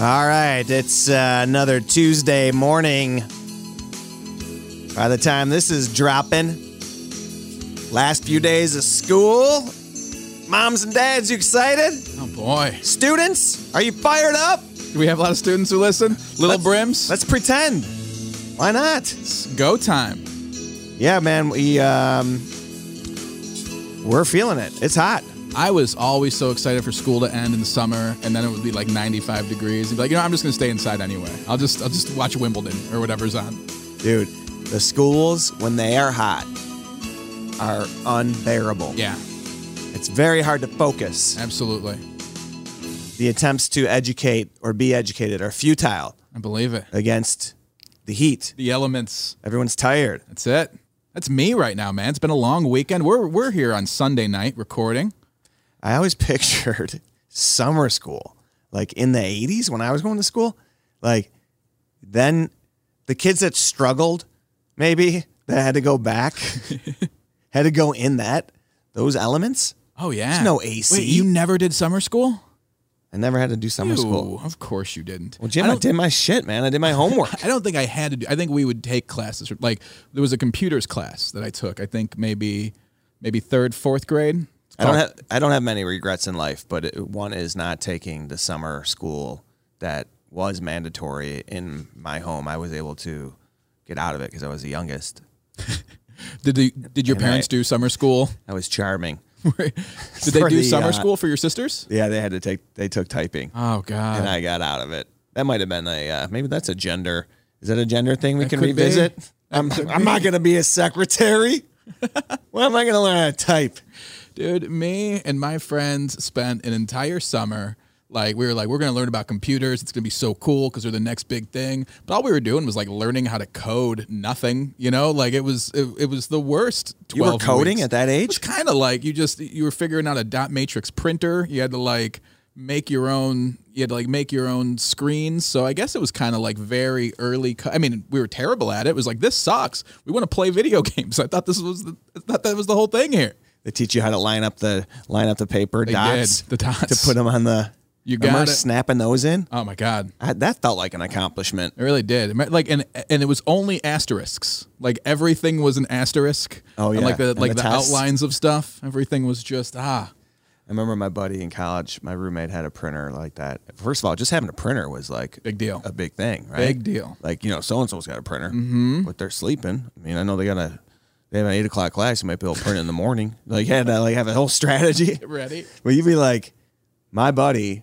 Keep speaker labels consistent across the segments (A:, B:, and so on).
A: All right, it's uh, another Tuesday morning. By the time this is dropping, last few days of school. Moms and dads, you excited?
B: Oh boy.
A: Students, are you fired up?
B: Do we have a lot of students who listen? Little
A: Let's-
B: brims?
A: Let's pretend. Why not?
B: Let's go time.
A: Yeah, man, we um, we're feeling it. It's hot.
B: I was always so excited for school to end in the summer, and then it would be like 95 degrees. And be like, you know, I'm just gonna stay inside anyway. I'll just I'll just watch Wimbledon or whatever's on.
A: Dude, the schools, when they are hot, are unbearable.
B: Yeah,
A: It's very hard to focus.
B: absolutely.
A: The attempts to educate or be educated are futile
B: I believe it.
A: against the heat.
B: The elements.
A: Everyone's tired.
B: That's it. That's me right now, man. It's been a long weekend. We're we're here on Sunday night recording.
A: I always pictured summer school, like in the 80s when I was going to school. Like, then the kids that struggled, maybe, that had to go back, had to go in that, those elements.
B: Oh yeah.
A: There's no AC.
B: Wait, you never did summer school?
A: I never had to do summer school.
B: Ew, Of course you didn't.
A: Well, Jim,
B: I
A: I,
B: don't-
A: did my shit, man. I did my homework.
B: I don't think I had to do. I think we would take classes. Like there was a computers class that I took. I think maybe maybe third, fourth grade. It's
A: I don't
B: called-
A: have I don't have many regrets in life, but it, one is not taking the summer school that was mandatory in my home. I was able to get out of it because I was the youngest.
B: did the, did your
A: And I-
B: parents do summer school?
A: I was charming.
B: did they
A: For
B: do
A: the,
B: summer
A: uh,
B: school for your sisters?
A: Yeah, they had to take they took typing,
B: Oh God.
A: and I got out of it. That might have been a uh, maybe that's a gender. Is that a gender thing we can
B: could be.
A: revisit? I'm I'm not gonna be a secretary. Why am I gonna learn how to type?
B: Dude, me and my friends spent an entire summer. Like we were like, we're gonna learn about computers. It's gonna be so cool because they're the next big thing. But all we were doing was like learning how to code nothing. You know, like it was it, it was the worst. 12
A: You were coding
B: weeks.
A: at that age.
B: It's kind of like you just you were figuring out a dot matrix printer. You had to like make your own. You had to like make your own screens. So I guess it was kind of like very early. Co- I mean, we were terrible at it. It was like this sucks. We want to play video games. I thought this was the, I thought that was the whole thing here.
A: They teach you how to line up the line up the paper dots,
B: did, the dots.
A: to put them on the.
B: You
A: remember
B: got it.
A: snapping those in.
B: Oh my god,
A: I, that felt like an accomplishment.
B: it really did. It meant- Like and and it was only asterisks. Like everything was an asterisk.
A: Oh,
B: And
A: yeah.
B: like the
A: And
B: like
A: the
B: the,
A: tests.
B: outlines of stuff. Everything was just ah.
A: I remember my buddy in college, my roommate had a printer like that. First of all, just having a printer was like
B: Big deal.
A: a big thing, right?
B: Big deal.
A: Like you know, so and so's got a printer, mm-hmm. but they're sleeping. I mean, I know they got a they have an eight o'clock class. You might be able to print in the morning. Like had to like have a whole strategy.
B: Ready?
A: Well, you'd be like, my buddy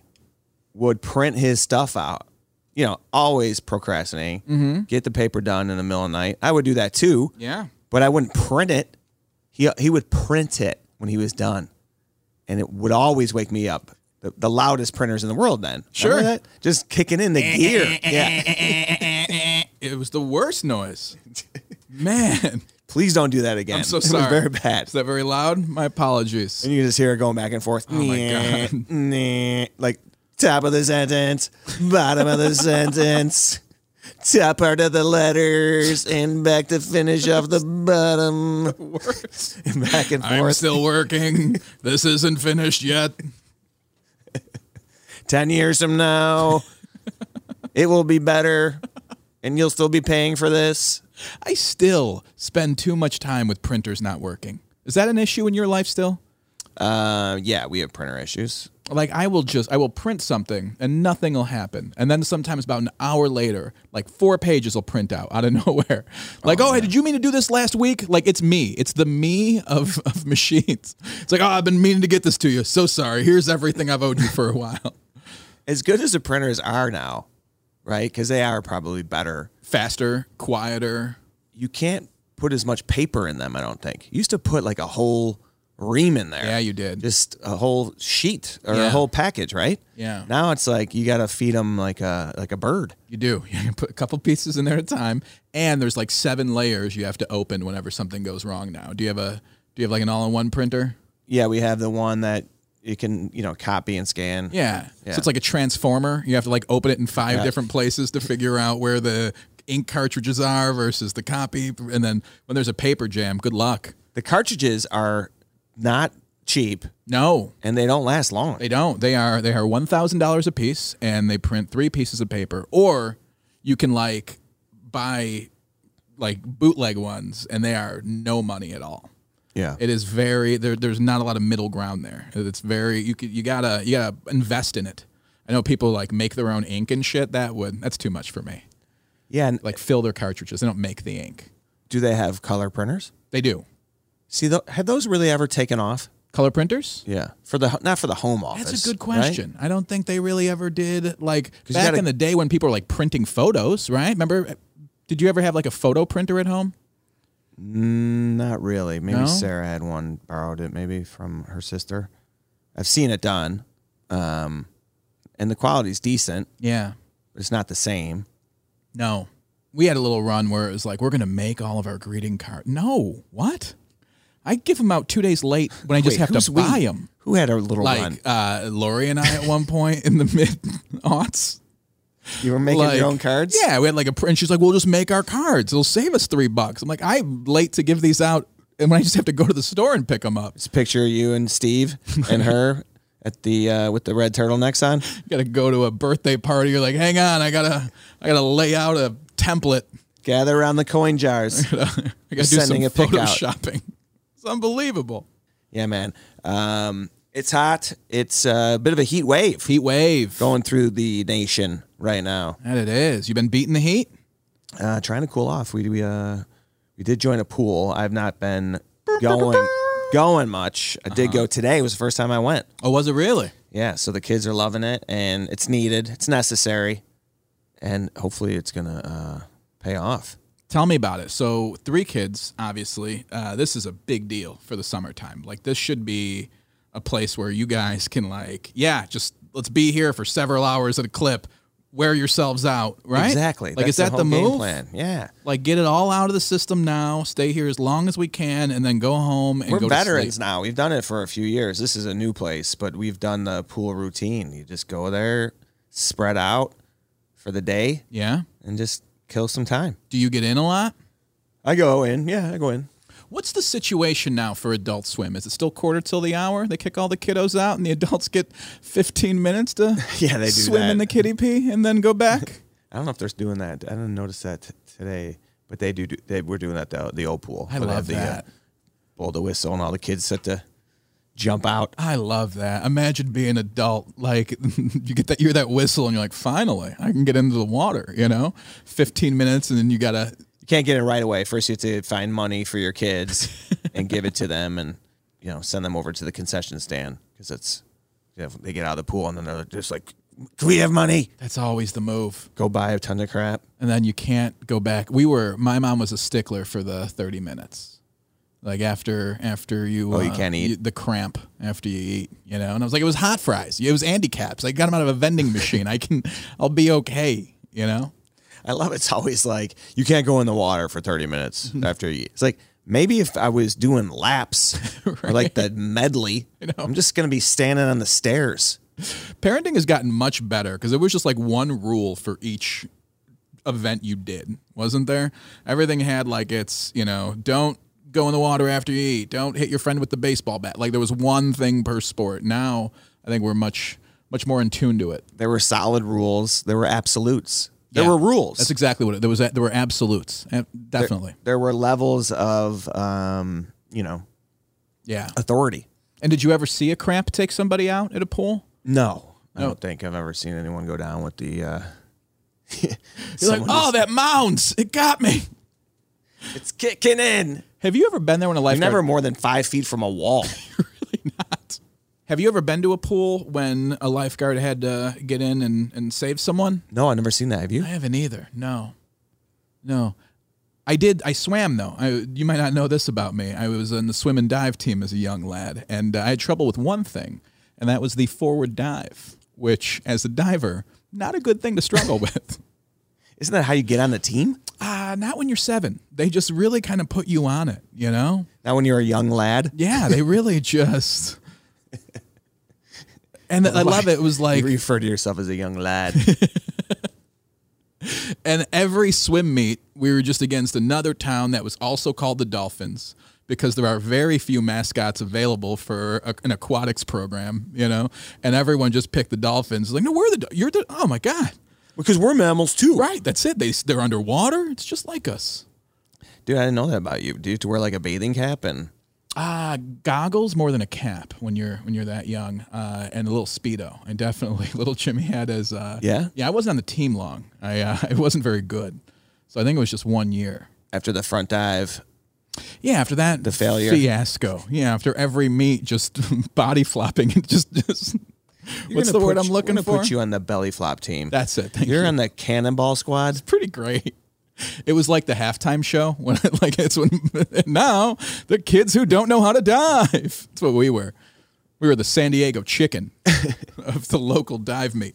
A: would print his stuff out. You know, always procrastinating. Get the paper done in the middle of the night. I would do that too.
B: Mm-hmm. Yeah.
A: But I wouldn't print it. He he would print it when he was done, and it would always wake me up. The, the loudest printers in the world. Then
B: Sure.
A: Remember that? just kicking in the gear. Yeah.
B: It was the worst noise. Man,
A: Please don't do that again.
B: I'm so
A: It
B: sorry.
A: was very bad.
B: Is that very loud? My apologies.
A: and you just hear it going back and forth. Oh
B: my God.
A: Like top of the sentence, bottom of the sentence, top part of the letters, and back to finish off the bottom.
B: Worst.
A: Back and
B: I'm
A: forth.
B: still working. This isn't finished yet.
A: Ten years from now, it will be better, and you'll still be paying for this.
B: I still spend too much time with printers not working. Is that an issue in your life still?
A: Uh, yeah, we have printer issues.
B: Like I will just I will print something and nothing will happen. And then sometimes about an hour later, like four pages will print out out of nowhere. Like, oh, hey, did you mean to do this last week? Like it's me. It's the me of, of machines. It's like, oh, I've been meaning to get this to you. So sorry. Here's everything I've owed you for a while.
A: As good as the printers are now, right? Because they are probably better.
B: Faster, quieter.
A: you can't put as much paper in them. I don't think. You used to put like a whole ream in there.
B: Yeah, you did.
A: Just a whole sheet or
B: Yeah.
A: a whole package, right?
B: Yeah.
A: Now it's like you got to feed them like a like a bird.
B: You do. You can put a couple pieces in there at a time. And there's like seven layers you have to open whenever something goes wrong now. Do you have a do you have like an all in one printer?
A: Yeah, we have the one that you can you know copy and scan.
B: Yeah.
A: Yeah.
B: So it's like a transformer. You have to like open it in five different places to figure out where the ink cartridges are versus the copy. And then when there's a paper jam, good luck.
A: The cartridges are not cheap
B: No,
A: and they don't last long.
B: They don't. They are they are one thousand dollars a piece, and they print three pieces of paper. Or you can like buy like bootleg ones, and they are no money at all.
A: yeah.
B: It is very there. There's not a lot of middle ground there. It's very you could, you gotta you gotta invest in it. I know people like make their own ink and shit. That would that's too much for me.
A: yeah. and
B: Like fill their cartridges. They don't make the ink.
A: Do they have color printers?
B: They do
A: See, tho- had those really ever taken off?
B: color printers.
A: Yeah. For the not for the home office.
B: That's a good
A: right?
B: question. I don't think they really ever did. Like back
A: you gotta-
B: in the day when people were like printing photos, right? Remember, eh, did you ever have like a photo printer at home?
A: Mm, Not really. Maybe
B: No?
A: Sarah had one, borrowed it maybe from her sister. I've seen it done. Um, and the quality's decent,
B: Yeah.
A: but it's not the same.
B: No. We had a little run where it was like, we're going to make all of our greeting cards. No. What? I give them out two days late when I just
A: Wait,
B: have
A: who's
B: to buy
A: we?
B: them.
A: Who had a little one?
B: Like uh, Lori and I at one point in the mid aughts.
A: You were making
B: like-
A: your own cards?
B: Yeah, we had like a print. She's like, "We'll just make our cards. It'll save us three bucks." I'm like, "I'm late to give these out, and when I just have to go to the store and pick them up."
A: It's a picture of you and Steve and her at the uh, with the red turtlenecks on.
B: gotta go to a birthday party. You're like, hang on, I gotta, I gotta lay out a template.
A: Gather around the coin jars.
B: I gotta do some
A: sending a pic out.
B: photoshopping. It's unbelievable.
A: yeah, man. Um, it's hot. It's uh, a bit of a heat wave
B: Heat wave.
A: going through the nation right now.
B: That it is. You've been beating the heat.
A: Uh, trying to cool off. We we uh, we did join a pool. I've not been going going much. I
B: Uh-huh.
A: did go today. It was the first time I went.
B: Oh, was it really?
A: Yeah, so the kids are loving it, and it's needed. It's necessary, and hopefully, it's gonna uh, pay off.
B: Tell me about it. So three kids, obviously. Uh, this is a big deal for the summertime. Like this should be a place where you guys can like, yeah, just let's be here for several hours at a clip, wear yourselves out, right?
A: Exactly.
B: Like is
A: That's
B: that the,
A: whole game
B: move?
A: plan? Yeah.
B: like get it all out of the system now stay here as long as we can and then go home and
A: We're
B: go to
A: veterans
B: sleep.
A: now. We've done it for a few years. This is a new place, but we've done the pool routine. You just go there, spread out for the day,
B: yeah
A: and just kill some time.
B: do you get in a lot
A: I go in. Yeah, I go in.
B: what's the situation now for adult swim is it still quarter till the hour they kick all the kiddos out and the adults get 15 minutes to
A: Yeah, they do
B: swim in
A: that.
B: the kiddie pee and then go back
A: I don't know if they're doing that. I didn't notice that t- today, but they do. do they were doing that the the old pool.
B: i
A: Where they
B: love
A: have the,
B: that
A: Uh, blow the whistle, and all the kids set to jump out.
B: i love that imagine being an adult like you get that you hear that whistle and you're like finally i can get into the water you know 15 minutes and then you gotta
A: You can't get it right away. First, you have to find money for your kids and give it to them, and you know send them over to the concession stand because it's you know, they get out of the pool and then they're just like, "Can we have money?
B: that's always the move
A: Go buy a ton of crap."
B: and then you can't go back. We were my mom was a stickler for the 30 minutes. Like after after you
A: Oh, you can't eat?
B: the cramp after you eat, you know. And I was like it was hot fries. It was Andy caps. I got them out of a vending machine. I can I'll be okay, you know.
A: I love it's always like you can't go in the water for 30 minutes after you. It's like maybe if I was doing laps or like the medley, I'm just gonna be standing on the stairs.
B: Parenting has gotten much better cuz it was just like one rule for each event you did, wasn't there? Everything had like it's, you know, don't go in the water after you eat. Don't hit your friend with the baseball bat. Like there was one thing per sport. Now I think we're much much more in tune to it.
A: There were solid rules. There were absolutes. There
B: Yeah.
A: were rules.
B: That's exactly what it, there was. There were absolutes, Ab- definitely.
A: there were levels of um, you know
B: yeah.
A: authority.
B: And did you ever see a cramp take somebody out at a pool?
A: No, I don't think I've ever seen anyone go down with the. Uh,
B: You're like,
A: someone
B: oh, that mounds, it got me.
A: just- "Oh, it's kicking in.
B: Have you ever been there when a lifeguard?
A: Never more than five feet from a wall.
B: really not. Have you ever been to a pool when a lifeguard had to get in and, and save someone?
A: no, I've never seen that. Have you?
B: I haven't either. No, no. I did. I swam though. I, you might not know this about me. I was on the swim and dive team as a young lad, and uh, I had trouble with one thing, and that was the forward dive, which, as a diver, not a good thing to struggle with.
A: Isn't that how you get on the team?
B: Uh, not when you're seven. They just really kind of put you on it, you know?
A: Not when you're a young lad.
B: Yeah, they really just. And I love it. It was like
A: you refer to yourself as a young lad.
B: and every swim meet we were just against another town that was also called the dolphins because there are very few mascots available for a, an aquatics program, you know, and everyone just picked the dolphins. Like, no, we're the do- you're the oh my god,
A: Because we're mammals too.
B: right? That's it. They they're underwater. It's just like us.
A: Dude, I didn't know that about you. Do you have to wear like a bathing cap and
B: Uh, goggles more than a cap when you're when you're that young, uh, and a little speedo. I definitely little Jimmy had as uh,
A: Yeah?
B: yeah. I wasn't on the team long. I uh, I wasn't very good, so I think it was just one year.
A: after the front dive?
B: Yeah, after that the
A: failure.
B: fiasco. Yeah, after every meet, just body flopping and just just
A: You're
B: what's
A: gonna
B: the word
A: put
B: I'm
A: you-
B: looking
A: we're gonna
B: for?
A: Put you on the belly flop team.
B: That's it. Thank
A: You're
B: you.
A: on the cannonball squad.
B: pretty great. It was like the halftime show when like it's when now the kids who don't know how to dive. That's what we were. We were the San Diego chicken of the local dive meet.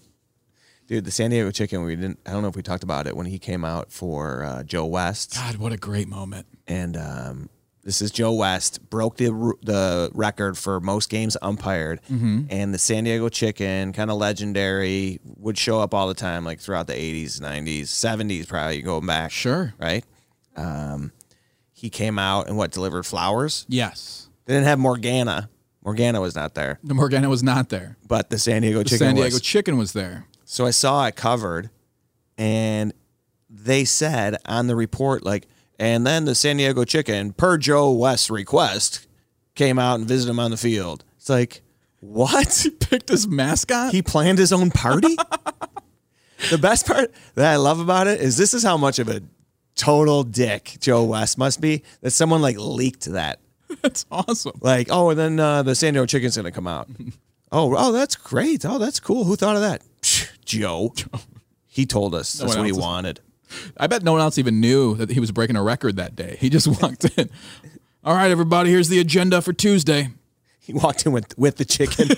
A: Dude, the San Diego Chicken, we didn't, I don't know if we talked about it when he came out for uh, Joe West.
B: God, what a great moment.
A: And um, this is Joe West, broke the, ru- the record for most games umpired.
B: Mm-hmm.
A: And the San Diego Chicken, kind of legendary, would show up all the time, like throughout the 80s, 90s, 70s, probably going back.
B: Sure.
A: Right? Um, he came out and what, delivered flowers?
B: Yes.
A: They didn't have Morgana. Morgana was not there,
B: The Morgana was not there.
A: but the San Diego Chicken
B: San Diego
A: was.
B: chicken was there.
A: So I saw it covered, and they said on the report, like, and then the San Diego Chicken, per Joe West's request, came out and visited him on the field. It's like, what?
B: Picked his mascot.
A: he planned his own party? the best part that I love about it is this is how much of a total dick Joe West must be that someone like leaked that.
B: That's awesome.
A: Like, oh, and then uh, the San Diego Chicken's gonna come out. oh, oh, that's great. Oh, that's cool. Who thought of that? Psh, Joe. He told us that's
B: one
A: what he
B: else is-
A: wanted.
B: I bet no one else even knew that he was breaking a record that day. He just walked in. All right, everybody, here's the agenda for Tuesday.
A: He walked in with with the chicken.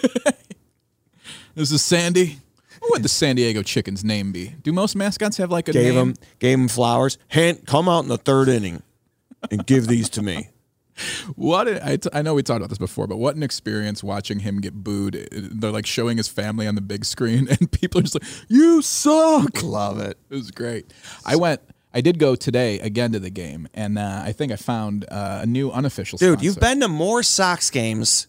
B: This is Sandy. What would the San Diego chicken's name be? Do most mascots have like a
A: gave
B: name?
A: him gave him flowers. Hand, come out in the third inning and give these to me.
B: What a- I, t- I know we talked about this before, but what an experience watching him get booed. It- it- They're like showing his family on the big screen, and people are just like, "You suck."
A: Love it.
B: It was great. I went. I did go today again to the game, and uh, I think I found uh, a new unofficial.
A: Dude,
B: sponsor.
A: you've been to more Sox games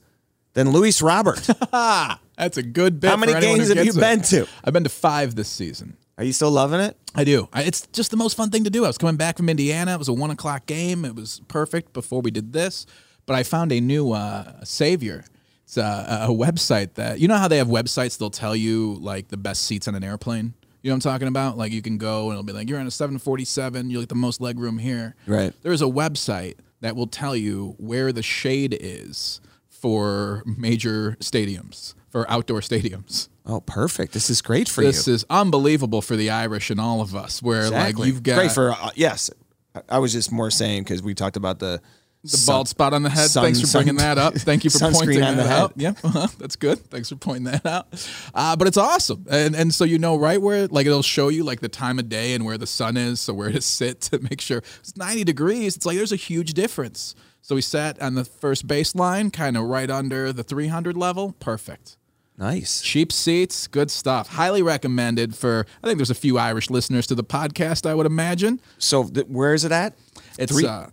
A: than Luis Robert.
B: That's a good bit.
A: How many
B: for anyone
A: games
B: who
A: have you
B: gets it.
A: been to?
B: I've been to five this season.
A: Are you still loving it?
B: I do. I, it's just the most fun thing to do. I was coming back from Indiana. It was a one o'clock game. It was perfect before we did this. But I found a new uh, savior. It's a, a website that you know how they have websites. They'll tell you like the best seats on an airplane. You know what I'm talking about? Like you can go and it'll be like you're on a 747. You will get the most leg room here.
A: Right.
B: There is a website that will tell you where the shade is for major stadiums, for outdoor stadiums
A: Oh, perfect. This is great for
B: this
A: you.
B: is unbelievable for the Irish and all of us. Where
A: Exactly.
B: like you've got
A: great for uh, yes. I- I was just more saying because we talked about the
B: the bald spot on the head.
A: sun-
B: Thanks for
A: sun-
B: bringing that up. Thank you for
A: sunscreen
B: pointing
A: on
B: that
A: the head.
B: out. Yep, uh-huh. that's good. Thanks for pointing that out. Uh, but it's awesome, and and so you know right where like it'll show you like the time of day and where the sun is, so where to sit to make sure it's ninety degrees. It's like there's a huge difference. So we sat on the first baseline, kind of right under the 300 level. Perfect.
A: nice.
B: Cheap seats, good stuff. Highly recommended for, I think there's a few Irish listeners to the podcast, I would imagine.
A: So th- where is it at?
B: It's
A: Three-
B: uh,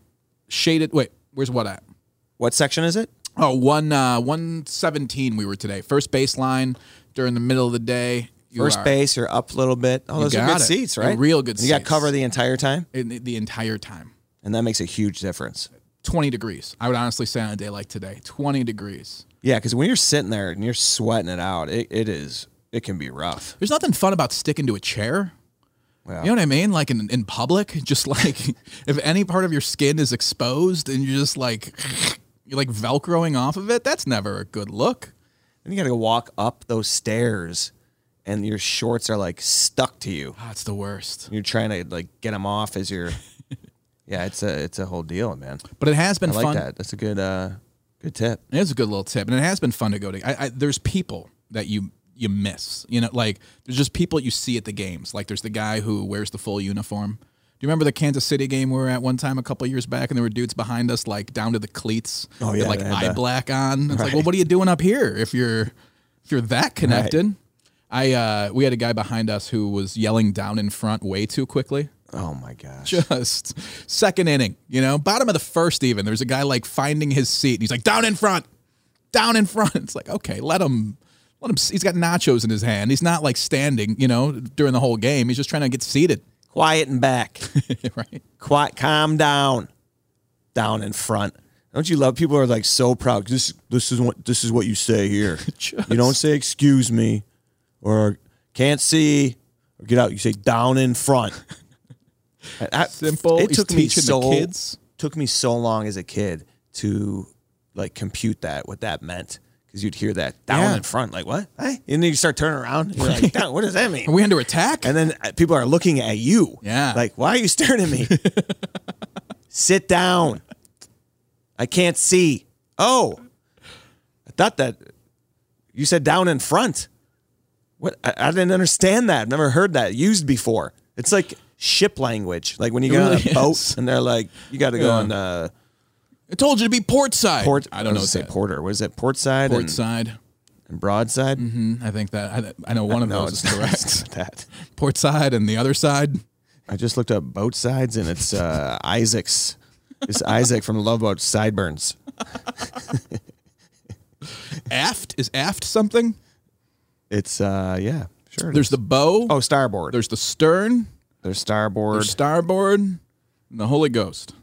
B: shaded. Wait, where's what at?
A: What section is it?
B: Oh, one uh, one seventeen. We were today. First baseline during the middle of the day. You
A: First
B: are
A: base, you're up a little bit. Oh, those are
B: got
A: good
B: it.
A: seats,
B: They're
A: right?
B: real good
A: You got
B: seats.
A: cover the entire time,
B: in the, the entire time.
A: and that makes a huge difference.
B: Twenty degrees. I would honestly say on a day like today, twenty degrees.
A: Yeah, because when you're sitting there and you're sweating it out, it, it is it can be rough.
B: There's nothing fun about sticking to a chair.
A: Well,
B: You know what I mean? Like in, in public, just like if any part of your skin is exposed and you're just like you're like velcroing off of it, that's never a good look.
A: then you got to go walk up those stairs, and your shorts are like stuck to you.
B: Ah, it's the worst.
A: You're trying to like get them off as you're. yeah, it's a it's a whole deal, man.
B: But it has been
A: I like
B: fun.
A: that. That's a good uh good tip.
B: It's a good little tip, and it has been fun to go to. I, I, there's people that you you miss, you know, like there's just people you see at the games. Like there's the guy who wears the full uniform. Do you remember the Kansas City game we were at one time a couple years back, and there were dudes behind us like down to the cleats,
A: Oh,
B: with,
A: yeah,
B: like
A: they had
B: eye
A: the-
B: black on. It's like, well, what are you doing up here if you're if you're that connected? I uh, we had a guy behind us who was yelling down in front way too quickly.
A: Oh my gosh.
B: Just second inning, you know, bottom of the first, even. There's a guy like finding his seat and he's like, down in front, down in front. It's like, okay, let him, let him. He's got nachos in his hand. He's not like standing, you know, during the whole game. He's just trying to get seated,
A: Quiet and back.
B: right?
A: Quiet, calm down. Down in front. Don't you love people who are like so proud? This this is what this is what you say here. you don't say excuse me or can't see or get out. You say down in front. I- I-
B: Simple. He's teaching the kids.
A: Took me so long as a kid to like compute that what that meant because you'd hear that down
B: Yeah.
A: in front like what? Eh? And then you start turning around. And you're like, "Down, what does that mean?
B: Are we under attack?
A: And then uh, people are looking at you.
B: Yeah.
A: Like, why are you staring at me? Sit down. I can't see. Oh, I thought that you said down in front. What? I, I didn't understand that. I've never heard that used before. It's like ship language. Like when you get
B: really
A: on a boat
B: is.
A: and they're like, you got to go
B: Yeah.
A: on uh,
B: I told you to be port side.
A: port.
B: I don't know.
A: was
B: Say
A: gonna Say
B: port,
A: porter. What is it? Port side and,
B: side.
A: and broadside.
B: Mm, I think that I, I know one of
A: No, it's
B: those is
A: not,
B: correct.
A: it's not that.
B: port side and the other side.
A: I just looked up boat sides and it's uh, Isaac's. It's Isaac from Love Boat Sideburns.
B: Aft is aft something.
A: It's uh yeah, sure.
B: There's the bow.
A: oh starboard. There's,
B: There's the stern.
A: starboard.
B: starboard, and the Holy Ghost.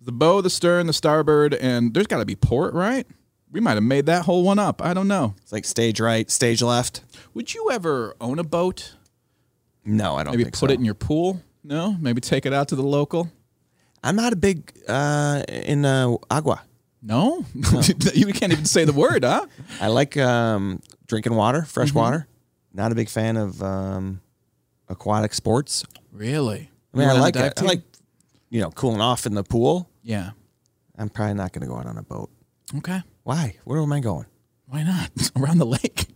B: The bow, the stern, the starboard, and there's got to be port, right? We might have made that whole one up. I don't know.
A: it's like stage right, stage left.
B: Would you ever own a boat?
A: No, I don't
B: Maybe
A: think
B: put
A: so.
B: it in your pool? No? Maybe take it out to the local?
A: I'm not a big uh in uh agua.
B: No? you can't even say the word, huh?
A: I like um drinking water, fresh
B: Mm-hmm.
A: water. Not a big fan of um aquatic sports.
B: Really?
A: I mean,
B: You
A: I
B: on a
A: like
B: dive
A: it. I
B: team?
A: like you know, cooling off in the pool.
B: Yeah.
A: I'm probably not going to go out on a boat.
B: Okay.
A: Why? Where am I going?
B: Why not? Around the lake.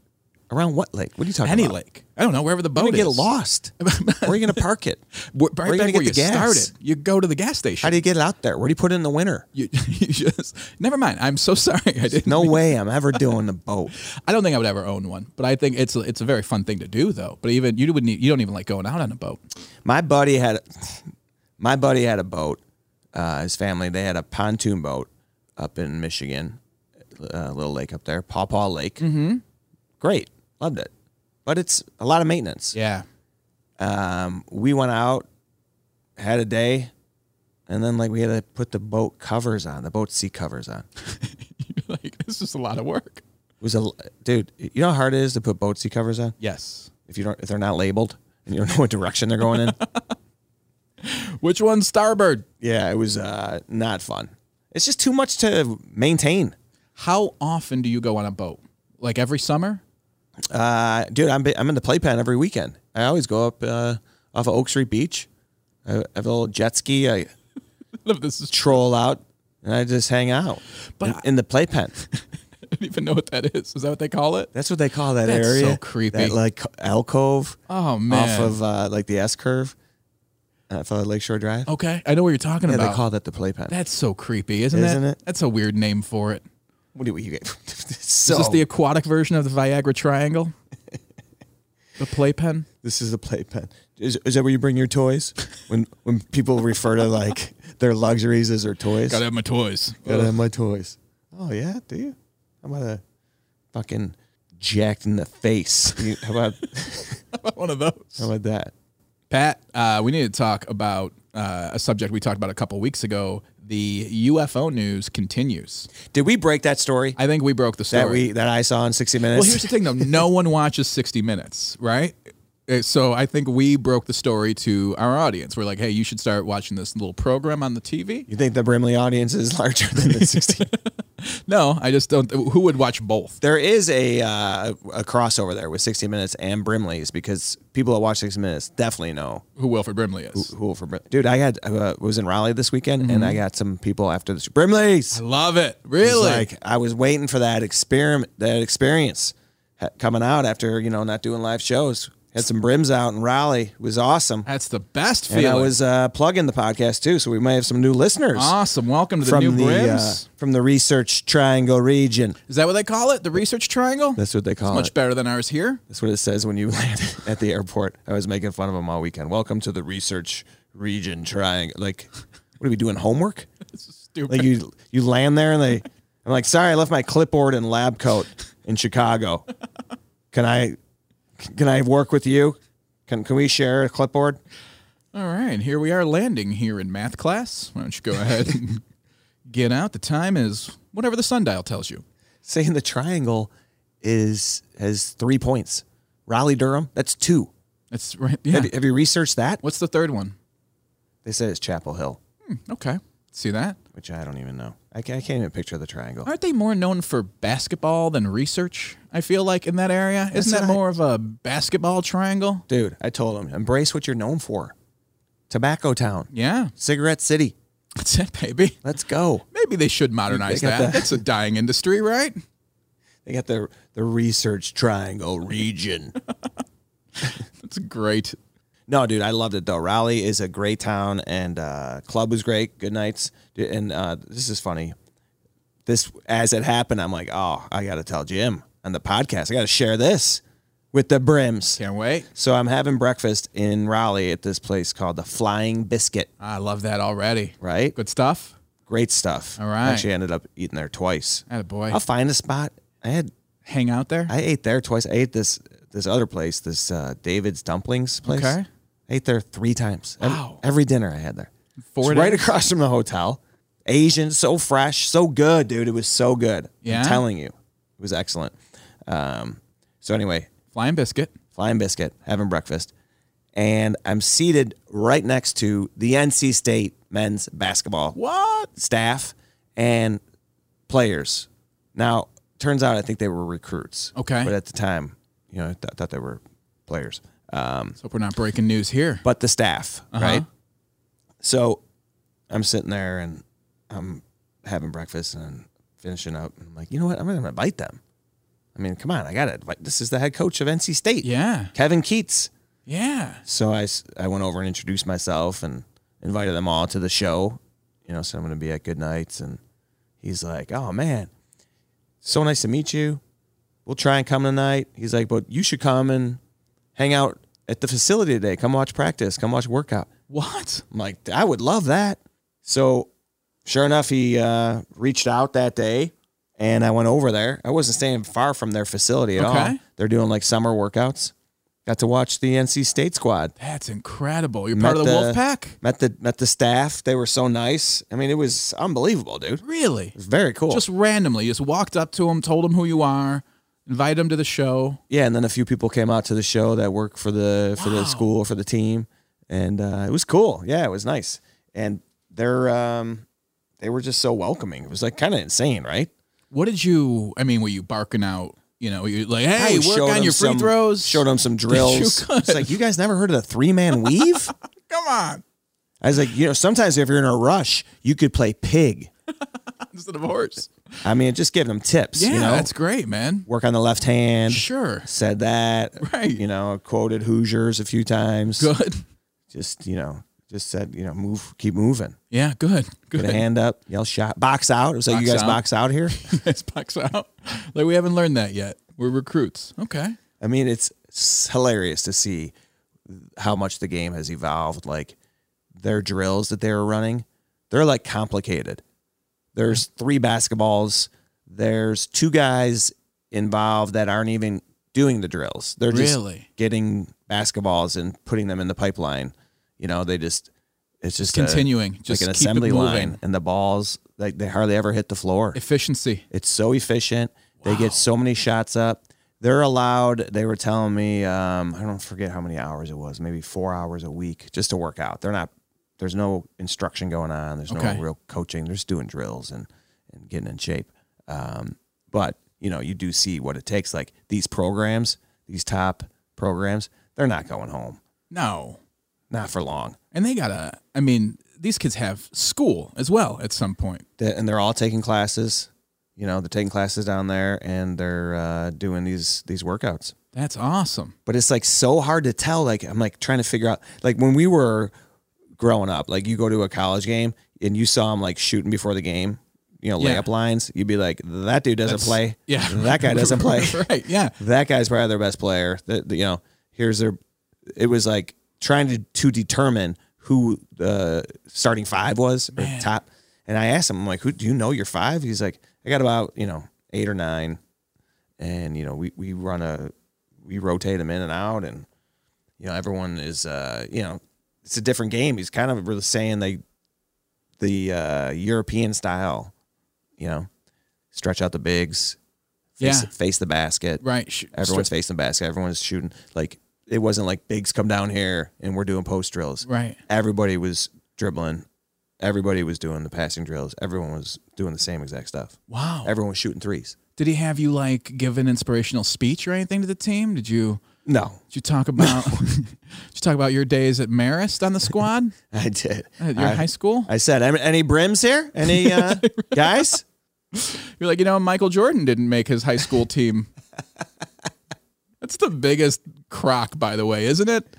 A: Around what lake? What are you talking
B: Any
A: about?
B: lake. I don't know. Wherever the
A: You're
B: boat
A: gonna get
B: is.
A: lost. Where are you going to park it?
B: Wh- Right
A: Where you
B: back
A: gonna
B: where you
A: get the gas?
B: started. You go to the gas
A: How
B: station.
A: do you get it out there? Where do you put it in the winter?
B: You, you just never mind. I'm so sorry. I didn't.
A: No way I'm ever doing a boat.
B: I don't think I would ever own one, but I think it's a, it's a very fun thing to do though. But even you would need you don't even like going out on a boat.
A: My buddy had, my buddy had a boat. Uh, his family they had a pontoon boat up in Michigan, uh, a little lake up there, Paw Paw Lake. Mm-hmm. Great, loved it, but it's a lot of maintenance.
B: Yeah,
A: Um, we went out, had a day, and then like we had to put the boat covers on, the boat seat covers on.
B: You're like it's just a lot of work.
A: It was a dude. You know how hard it is to put boat seat covers on
B: Yes.
A: if you don't if they're not labeled and you don't know what direction they're going in.
B: Which one, starboard?
A: Yeah, it was uh, not fun. It's just too much to maintain.
B: How often do you go on a boat? Like every summer?
A: Uh, dude, I'm I'm in the playpen every weekend. I always go up uh, off of Oak Street Beach. I have a little jet ski. I
B: this is.
A: troll out and I just hang out
B: But
A: in, in the playpen.
B: I don't even know what that is. Is that what they call it?
A: That's what they call that
B: That's
A: area.
B: so creepy.
A: That like alcove
B: Oh man.
A: off of uh, like the S curve uh, off of Lakeshore Drive.
B: okay, I know what you're talking
A: yeah,
B: about.
A: they call that the playpen.
B: That's so creepy, isn't,
A: Isn't
B: it?
A: it?
B: That's a weird name for it.
A: what do you get?
B: Is
A: so
B: this the aquatic version of the Viagra Triangle? the playpen.
A: This is a playpen. Is, is that where you bring your toys? When when people refer to like their luxuries as their toys,
B: have my toys.
A: Gotta have my toys. Oh yeah, do you? How about a fucking jacked in the face? You- how about
B: One of those.
A: how about that?
B: Pat, uh, we need to talk about uh, a subject we talked about a couple weeks ago. The UFO news continues.
A: Did we break that story
B: I think we broke the story.
A: that we that I saw in sixty minutes?
B: well, here's the thing, though. No one watches 60 Minutes, right? Uh, So I think we broke the story to our audience. We're like, hey, you should start watching this little program on the TV.
A: you think the Brimley audience is larger than the sixty?
B: No, I just don't. Who would watch both?
A: there is a uh, a crossover there with sixty minutes and Brimley's because people that watch sixty minutes definitely know
B: Who Wilfred Brimley is?
A: Cool for Brim- dude. I had uh, was in Raleigh this weekend, and I got some people after this Brimley's. It's
B: Mm-hmm. I love it. Really?
A: Like I was waiting for that experiment, that experience ha- coming out after you know not doing live shows. Had some brims out in Raleigh. It was awesome,
B: That's the best
A: and
B: feeling.
A: I was uh, plugging the podcast too, so we might have some new listeners
B: awesome. Welcome to Ah, the
A: from the
B: new
A: uh,
B: Brims.
A: from the Research Triangle region.
B: is that what they call it? The Research Triangle?
A: That's what they call
B: much
A: it.
B: better than ours here.
A: That's what it says when you land at the airport. I was making fun of them all weekend. Welcome to the Research region triangle. Like, what are we doing? Homework?
B: This is stupid.
A: Like you you land there and they I'm like, sorry, I left my clipboard and lab coat in Chicago. Can I can I work with you? Can can we share a clipboard?
B: All right, here we are landing here in math class. Why don't you go ahead and get out? The time is whatever the sundial tells you.
A: Saying the triangle is has three points. Raleigh Durham, that's two.
B: That's right. Yeah.
A: Have, you, have you researched that?
B: What's the third one?
A: They say it's Chapel Hill,
B: Okay. See that?
A: which I don't even know. I can't, I can't even picture the triangle.
B: Aren't they more known for basketball than research? I feel like in that area, isn't
A: That's
B: that
A: what I-
B: more of a basketball triangle?
A: Dude, I told him, embrace what you're known for. Tobacco Town,
B: Yeah,
A: Cigarette City.
B: that's it, baby.
A: Let's go.
B: Maybe they should modernize
A: They got
B: that.
A: the-
B: That's a dying industry, right?
A: They got the the research triangle region.
B: That's great.
A: No, dude, I loved it though. Raleigh is a great town, and uh, club was great. Good nights, Dude, and uh, this is funny. This as it happened, I'm like, oh, I got to tell Jim on the podcast. I got to share this with the brims.
B: Can't wait.
A: So I'm having breakfast in Raleigh at this place called the Flying Biscuit.
B: I love that already.
A: Right,
B: Good stuff.
A: great stuff.
B: All right.
A: actually I ended up eating there twice.
B: Attaboy.
A: I'll find a spot. I had
B: Hang out there.
A: I ate there twice. I ate this this other place, this uh, David's Dumplings place.
B: Okay.
A: I ate there three times. Ev-
B: Wow.
A: Every dinner I had there.
B: Four
A: It's right
B: days?
A: across from the hotel. Asian, so fresh, so good, dude. It was so good.
B: Yeah?
A: I'm telling you, it was excellent. Um, so anyway,
B: Flying biscuit.
A: flying biscuit, having breakfast, and I'm seated right next to the NC State men's basketball
B: What?
A: staff and players. Now, turns out I think they were recruits.
B: Okay.
A: But at the time, you know, I th- thought they were players. Um,
B: Let's hope we're not breaking news here.
A: but the staff,
B: Uh-huh.
A: right? So I'm sitting there and I'm having breakfast and finishing up. And I'm like, you know what? I'm going to invite them. I mean, come on, I got to invite. This is the head coach of NC State.
B: Yeah.
A: Kevin Keats.
B: Yeah.
A: So I, s- I went over and introduced myself and invited them all to the show. You know, so I'm going to be at Good Nights. And he's like, oh, man, so nice to meet you. We'll try and come tonight. He's like, but you should come and hang out at the facility today. Come watch practice. Come watch workout.
B: What?
A: I'm like, I would love that. So sure enough, he uh, reached out that day and I went over there. I wasn't staying far from their facility at all.
B: Okay.
A: They're doing like summer workouts. Got to watch the NC State squad
B: That's incredible. You're part of the,
A: Met
B: wolf pack?
A: Met the met the staff. They were so nice. I mean, it was unbelievable, dude. It
B: Really?
A: was very cool.
B: Just randomly, you just walked up to him, told him who you are, invited him to the show.
A: yeah, and then a few people came out to the show that work for the for the school for the team, and uh, it was cool. Yeah, it was nice. And they're um, they were just so welcoming. It was like kind of insane, right?
B: What did you, I mean, were you barking out, you know, you like, hey,
A: I
B: work
A: showed
B: on
A: them
B: your free
A: some-
B: throws?
A: Showed them some drills.
B: good.
A: It's like you guys never heard of the three man weave.
B: Come on.
A: I was like, you know, sometimes if you're in a rush, you could play pig.
B: Instead of horse.
A: I mean, just giving them tips.
B: Yeah,
A: you know,
B: that's great, man.
A: work on the left hand.
B: Sure.
A: said that.
B: Right.
A: You know, quoted Hoosiers a few times.
B: Good.
A: Just, you know, just said, you know, move, keep moving.
B: Yeah, good.
A: Put a
B: Good.
A: hand up, yell shot, box out. It was like,
B: Box
A: you guys
B: out.
A: box out here.
B: This box out. Like, we haven't learned that yet. We're recruits. Okay.
A: I mean, it's s- hilarious to see how much the game has evolved. Like their drills that they were running, they're like complicated. There's three basketballs. There's two guys involved that aren't even doing the drills. They're just
B: Really?
A: getting basketballs and putting them in the pipeline. You know, they just it's just a-
B: Continuing. just
A: like an
B: keep
A: assembly
B: it moving.
A: line, and the balls like they hardly ever hit the floor.
B: Efficiency.
A: It's so efficient. They get so many shots up. They're allowed. They were telling me, um, I don't forget how many hours it was, maybe four hours a week just to work out. They're not. There's no instruction going on. There's
B: Okay.
A: no real coaching. They're just doing drills and and getting in shape. Um, but you know, you do see what it takes. Like these programs, these top programs, they're not going home.
B: No.
A: Not for long.
B: And they gotta. I mean, these kids have school as well at some point.
A: They- and they're all taking classes. You know, they're taking classes down there and they're uh, doing these these workouts.
B: That's awesome.
A: but it's like so hard to tell. Like I'm like trying to figure out like when we were growing up, like you go to a college game and you saw him like shooting before the game, you know,
B: Yeah.
A: layup lines, you'd be like, that dude doesn't play.
B: Yeah,
A: That guy doesn't play.
B: right. Yeah.
A: that guy's probably their best player. That you know, here's their it was like trying to to determine who the starting five was or top. And I asked him, I'm like, who do you know your five? He's like, I got about, you know, eight or nine. And, you know, we, we run a, we rotate them in and out. And, you know, everyone is, uh, you know, it's a different game. He's kind of really saying they, the uh, European style, you know, stretch out the bigs, face,
B: Yeah.
A: face the basket.
B: Right. sh-
A: Everyone's facing the basket. Everyone's shooting. Like it wasn't like bigs come down here and we're doing post drills.
B: Right.
A: Everybody was dribbling. Everybody was doing the passing drills. Everyone was doing the same exact stuff.
B: Wow.
A: Everyone was shooting threes.
B: Did he have you like give an inspirational speech or anything to the team? Did you
A: No,
B: did you talk about did you talk about your days at Marist on the squad
A: I did.
B: at your
A: I,
B: high school?
A: I said, "Any- any brims here? Any uh, guys?
B: You're like, you know, Michael Jordan didn't make his high school team. That's the biggest crock, by the way, isn't it?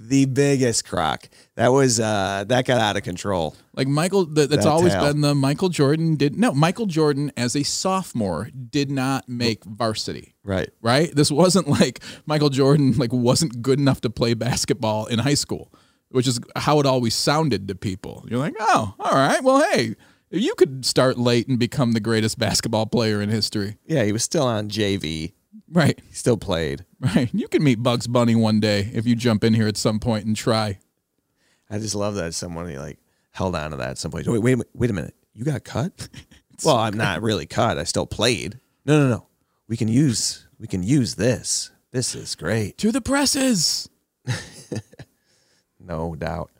A: The biggest crock. That was uh, that got out of control.
B: Like Michael, th- that's
A: That
B: always
A: tale.
B: been the Michael Jordan did no Michael Jordan as a sophomore did not make varsity.
A: Right.
B: right? This wasn't like Michael Jordan like wasn't good enough to play basketball in high school, which is how it always sounded to people. You're like, "Oh, all right. Well, hey, if you could start late and become the greatest basketball player in history."
A: Yeah, he was still on JV.
B: Right.
A: He still played.
B: Right. You can meet Bugs Bunny one day if you jump in here at some point and try.
A: I just love that someone like held on to that someplace. Wait, wait, wait a minute. You got cut? well, I'm not really cut. I still played. No, no, no. We can use we can use this. This is great.
B: To the presses.
A: No doubt.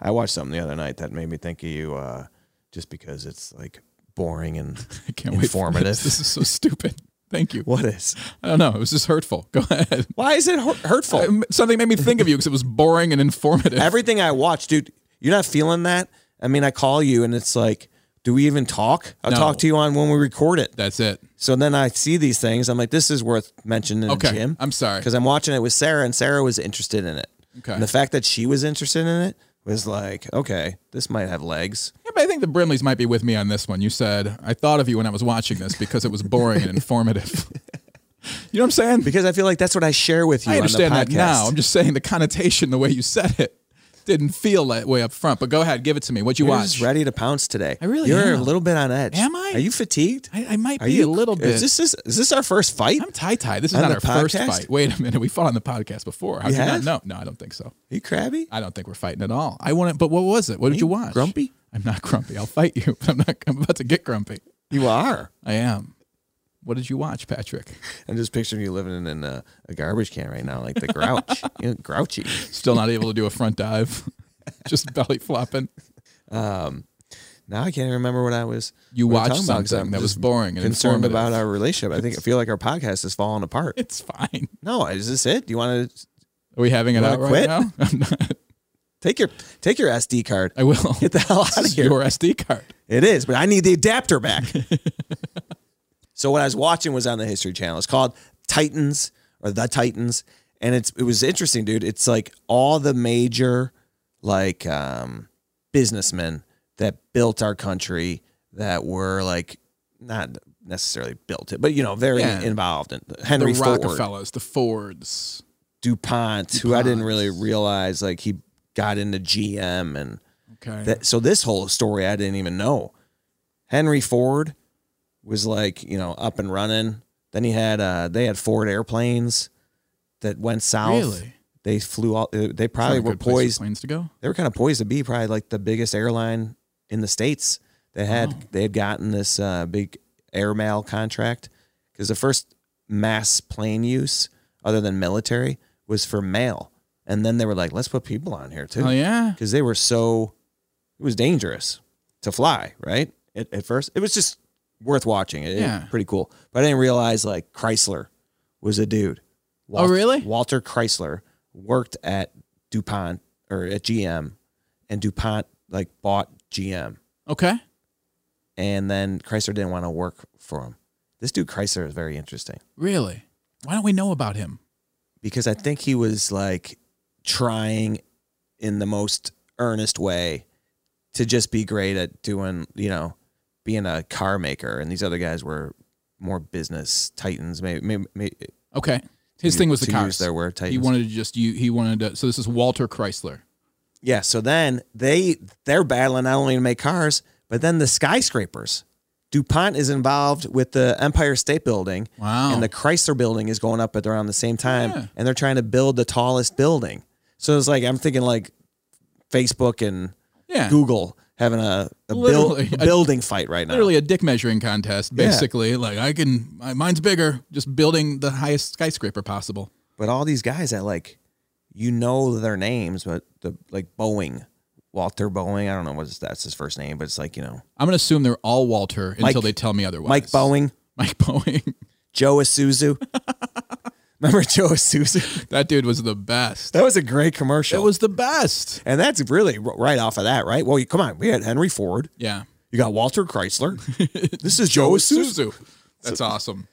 A: I watched something the other night that made me think of you uh, just because it's like boring and
B: I can't wait. For
A: Informative.
B: this. this is so stupid. Thank you.
A: what is?
B: I don't know. Uh, It was just hurtful. Go ahead. Um,
A: Why is it hur- hurtful?
B: Something made me think of you because it was boring and informative.
A: Everything I watch, dude, you're not feeling that? I mean, I call you and it's like, do we even talk? I'll
B: No.
A: talk to you on when we record it.
B: That's it.
A: So then I see these things. I'm like, this is worth mentioning
B: Okay.
A: to Jim.
B: I'm sorry.
A: Because I'm watching it with Sarah, and Sarah was interested in it.
B: Okay.
A: And the fact that she was interested in it was like, okay, this might have legs.
B: Yeah, but I think the Brimleys might be with me on this one. You said I thought of you when I was watching this because it was boring and informative. you know what I'm saying?
A: Because I feel like that's what I share with you
B: I understand
A: on
B: that
A: the podcast.
B: now. I'm just saying the connotation, the way you said it, didn't feel that way up front. But go ahead, give it to me. What'd you
A: You're
B: watch?
A: just ready to pounce today. I
B: really
A: You're
B: am.
A: a little bit on edge.
B: Am I?
A: Are you fatigued?
B: I, I might
A: Are
B: be
A: you
B: a little bit.
A: Is this is, is this our first fight?
B: I'm tie tie. This is
A: On
B: not
A: the
B: our first
A: podcast?
B: fight. Wait a minute. We fought on the podcast before. How
A: You
B: did you not
A: have?
B: know? No, I don't think so.
A: Are you crabby?
B: I don't think we're fighting at all. I want to. But what was it? What did you watch?
A: grumpy?
B: I'm not grumpy. I'll fight you. But I'm not. I'm about to get grumpy.
A: You are.
B: I am. What did you watch, Patrick?
A: I'm just picturing you living in a, a garbage can right now, like the grouch. You're grouchy.
B: Still not able to do a front dive. Just belly flopping.
A: Now I can't even remember what I was.
B: You
A: what I'm
B: watched
A: talking about 'cause
B: something
A: I'm
B: that was
A: just
B: boring and
A: concerned
B: informative.
A: about our relationship. I think I feel like our podcast is falling apart.
B: It's fine.
A: No, is this it? Do you want to
B: Are we having it
A: Wanna
B: out right
A: quit?
B: now? I'm not.
A: take your take your SD card?
B: I will.
A: Get the hell out of
B: This is
A: here.
B: Your SD card.
A: It is, but I need the adapter back. so what I was watching was on the History Channel. It's called Titans or the Titans, and it's it was interesting, dude. It's like all the major like um, businessmen that built our country that were like not necessarily built it, but you know very
B: Yeah.
A: involved in
B: The
A: Henry Ford.
B: Rockefellers, the Fords.
A: DuPont, who I didn't really realize like he got into GM and
B: Okay.
A: that so this whole story I didn't even know. Henry Ford was like, you know, up and running. Then he had uh they had Ford airplanes that went south.
B: Really?
A: They flew all uh, they
B: Not
A: probably
B: a
A: were
B: good place for
A: poised
B: Planes to go.
A: they were kind of poised to be probably like the biggest airline in the states. They had they had gotten this uh, big airmail contract because the first mass plane use, other than military, was for mail. And then they were like, let's put people on here too,
B: Oh
A: because
B: yeah.
A: they were so it was dangerous to fly. Right at, at first, it was just worth watching. It, it-
B: Yeah.
A: pretty cool. But I didn't realize like Chrysler was a dude.
B: Oh, really?
A: Walter Chrysler worked at DuPont or at GM, and DuPont like bought GM,
B: Okay.
A: and then Chrysler didn't want to work for him. This dude Chrysler is very interesting
B: Really? Why don't we know about him?
A: because I think he was like trying in the most earnest way to just be great at doing, you know, being a car maker, and these other guys were more business titans. Maybe, maybe, maybe
B: Okay. His thing was the
A: to
B: cars.
A: Use their word, titans.
B: He wanted to just you. He wanted to. So this is Walter Chrysler.
A: Yeah, so then they they're battling not only to make cars, but then the skyscrapers. DuPont is involved with the Empire State Building.
B: Wow.
A: And the Chrysler Building is going up at around the same time
B: Yeah.
A: and they're trying to build the tallest building. So it's like I'm thinking like Facebook and
B: Yeah.
A: Google having a, a, build,
B: Literally.
A: a building fight right now.
B: Literally a dick measuring contest, basically. Like I can, my, mine's bigger. Just building the highest skyscraper possible.
A: But all these guys that like you know their names, but the like Boeing, Walter Boeing, I don't know what is that's his first name, but it's like, you know,
B: I'm gonna assume they're all Walter until
A: Mike-
B: they tell me otherwise.
A: Mike Boeing,
B: Mike Boeing.
A: Joe Isuzu. Remember Joe Isuzu?
B: that dude was the best.
A: That was a great commercial.
B: It was the best.
A: and that's really r- right off of that, right? Well, you, come on, we had Henry Ford.
B: Yeah.
A: You got Walter Chrysler. this is Joe Isuzu.
B: Suzu. That's awesome.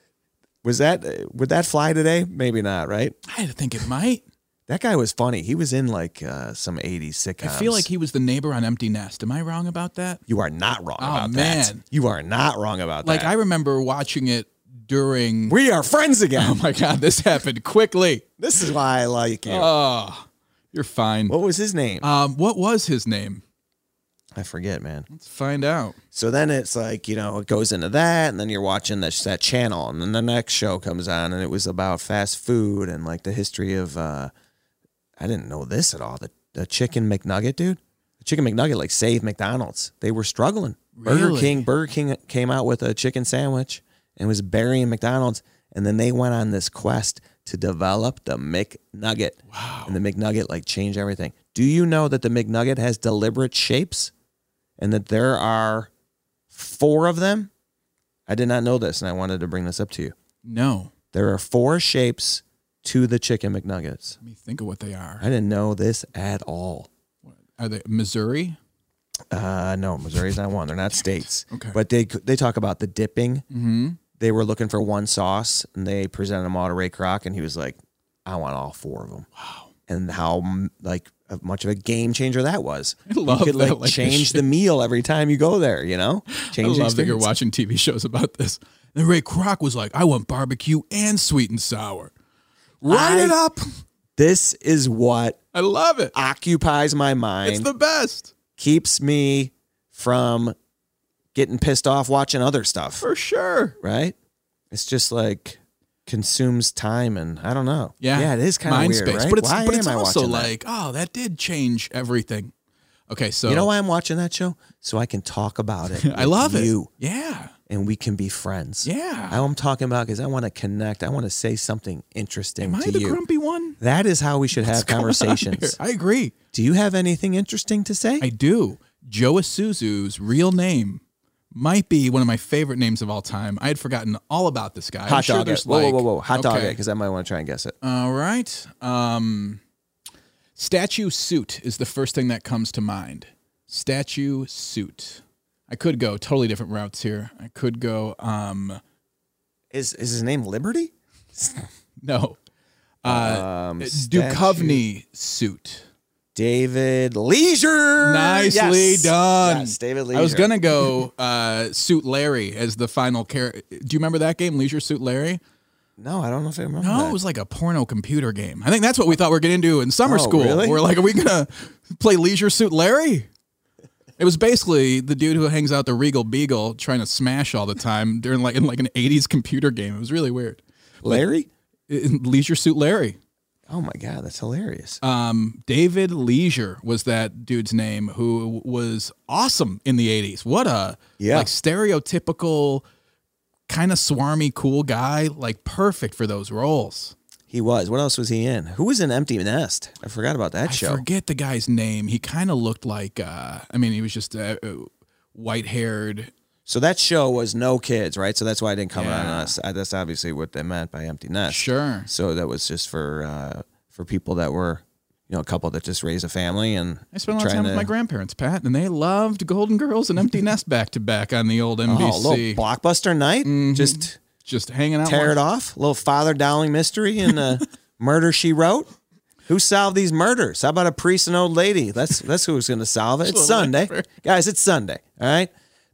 A: Was that uh, would that fly today? Maybe not, right?
B: I think it might.
A: That guy was funny. He was in like uh, some '80s sitcoms.
B: I feel like he was the neighbor on Empty Nest. Am I wrong about that?
A: you are not wrong about that.
B: Oh, man.
A: You are not wrong about
B: Like
A: that.
B: I remember watching it during.
A: we are friends again.
B: Oh my god, this happened quickly.
A: This is why I like you.
B: Oh, you're fine.
A: what was his name?
B: Um, what was his name?
A: I forget, man.
B: Let's find out.
A: So then it's like, you know, it goes into that, and then you're watching this, that channel, and then the next show comes on, and it was about fast food and like the history of, uh, I didn't know this at all. The, the Chicken McNugget, dude. The Chicken McNugget, like, saved McDonald's. They were struggling. Burger
B: Really?
A: King, Burger King came out with a chicken sandwich and was burying McDonald's, and then they went on this quest to develop the McNugget. Wow. And the McNugget, like, changed everything. Do you know that the McNugget has deliberate shapes? and that there are four of them. I did not know this, and I wanted to bring this up to you.
B: No,
A: There are four shapes to the chicken McNuggets.
B: let me think of what they are.
A: I didn't know this at all.
B: Are they Missouri?
A: Uh, no, Missouri's not one. They're not states.
B: Okay.
A: But they they talk about the dipping.
B: Mm-hmm.
A: They were looking for one sauce, and they presented them all to Ray Kroc, and he was like, "I want all four of them." Wow. And how mm, like much of a game changer that was.
B: I love
A: you could
B: that,
A: like,
B: like, this
A: change
B: shit.
A: the meal every time you go there. You know,
B: I
A: change. the
B: love that you're
A: experience.
B: watching TV shows about this. And Ray Kroc was like, "I want barbecue and sweet and sour. Ride
A: I-
B: it up.
A: This is what
B: I love it.
A: occupies my mind,
B: It's the best
A: keeps me from getting pissed off watching other stuff,
B: for sure."
A: right? It's just like consumes time and I don't know.
B: Yeah,
A: Yeah, it is kind of
B: mind
A: weird,
B: space.
A: right?
B: But it's,
A: why
B: but
A: am
B: it's
A: I
B: also
A: watching that?
B: like, oh, that did change everything. Okay, so
A: You know why I'm watching that show? So I can talk about it.
B: I love
A: with you
B: it. Yeah,
A: and we can be friends.
B: yeah.
A: I'm talking about because I want to connect. I want to say something interesting
B: Am I
A: to
B: the
A: you.
B: grumpy one?
A: that is how we should have
B: What's going on
A: conversations.
B: here? I agree.
A: Do you have anything interesting to say?
B: I do. Joe Isuzu's real name might be one of my favorite names of all time. I had forgotten all about this guy. I'm
A: Hot
B: sure
A: dog it.
B: there's
A: Whoa,
B: like-
A: whoa, whoa, whoa. Hot dog
B: Okay.
A: it because I might want to try and guess it.
B: All right. Um, statue suit is the first thing that comes to mind. Statue suit. I could go totally different routes here. I could go. Um,
A: Is is his name Liberty?
B: no. Uh,
A: Um, statue-
B: Duchovny suit.
A: David Leisure.
B: Nicely
A: Yes.
B: done.
A: Yes, David Leisure.
B: I was gonna go uh, suit Larry as the final character. Do you remember that game, Leisure Suit Larry?
A: No, I don't know if I remember.
B: No,
A: that.
B: it was like a porno computer game. I think that's what we thought we were getting into in summer
A: Oh,
B: school.
A: really?
B: We're like, are we gonna play Leisure Suit Larry? It was basically the dude who hangs out the Regal Beagle trying to smash all the time during like in like an '80s computer game. It was really weird.
A: Larry.
B: In Leisure Suit Larry.
A: Oh my god, that's hilarious.
B: Um, David Leisure was that dude's name who was awesome in the 80s. What a
A: Yeah.
B: like stereotypical kind of swarmy cool guy, like perfect for those roles.
A: he was. What else was he in? Who was in Empty Nest? I forgot about that
B: I
A: show.
B: forget the guy's name. He kind of looked like uh I mean, he was just uh, white-haired.
A: So that show was no kids, right? So that's why I didn't comment on
B: Yeah.
A: us. I, that's obviously what they meant by Empty Nest.
B: Sure.
A: So that was just for uh, for people that were, you know, a couple that just raised a family and
B: I spent a lot of
A: trying
B: time with
A: to-
B: my grandparents, Pat, and they loved Golden Girls and Empty Nest back to back on the old
A: Oh, a
B: NBC.
A: little blockbuster night.
B: Mm-hmm.
A: Just
B: just hanging out
A: tear
B: watching-
A: it off. little Father Dowling mystery and uh, murder she wrote. Who solved these murders? How about a priest and old lady? That's that's who's going to solve it. It's Sunday, guys. It's Sunday. All right.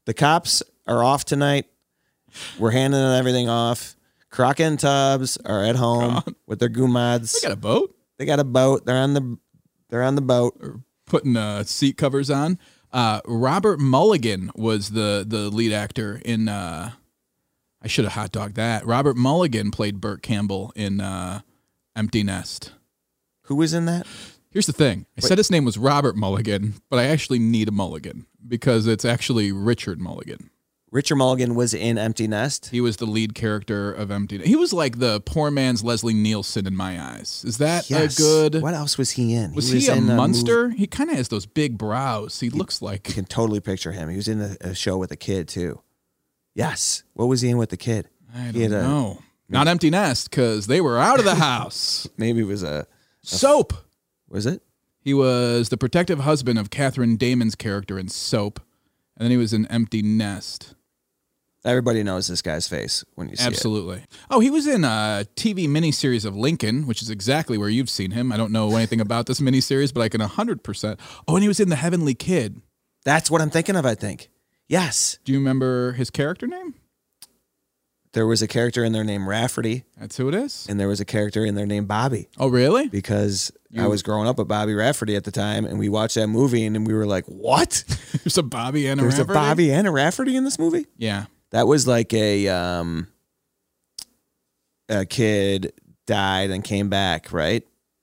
A: The cops are off tonight. We're handing everything off. Crockett and Tubbs are at home with their
B: They
A: gumads.
B: got a boat.
A: They got a boat. They're on the they're on the boat.
B: putting uh, seat covers on. Uh, Robert Mulligan was the the lead actor in. Uh, I should have hot dogged that. Robert Mulligan played Burt Campbell in uh, Empty Nest.
A: Who was in that?
B: Here's the thing. I said his name was Robert Mulligan, but I actually need a mulligan because it's actually Richard Mulligan.
A: Richard Mulligan was in Empty Nest.
B: He was the lead character of Empty. He was like the poor man's Leslie Nielsen in my eyes. Is that
A: Yes.
B: a good?
A: What else was he in?
B: was, he a
A: in movie-
B: monster? He kind of has those big brows. He, looks
A: I
B: like
A: can totally picture him. He was in a, a show with a kid too. Yes. What was he in with the kid?
B: I
A: he
B: don't know. Not empty nest because they were out of the house.
A: Maybe it was a.
B: Soap.
A: Was it?
B: He was the protective husband of Catherine Damon's character in Soap, and then he was in Empty Nest.
A: Everybody knows this guy's face when you see
B: Absolutely. Oh, he was in a TV miniseries of Lincoln, which is exactly where you've seen him. I don't know anything about this miniseries, but I can 100%. Oh, and he was in The Heavenly Kid.
A: it. That's what I'm thinking of. I think. Yes.
B: Do you remember his character name?
A: There was a character in there named Rafferty,
B: That's who it is.
A: and there was a character in there named Bobby.
B: Oh, really?
A: because I was growing up with Bobby Rafferty at the time, and we watched that movie, and we were like, "What?
B: There's a Bobby and a
A: There's a
B: Rafferty?
A: Bobby and a Rafferty in this movie?"
B: Yeah.
A: That was like a um, a kid died and came back, right?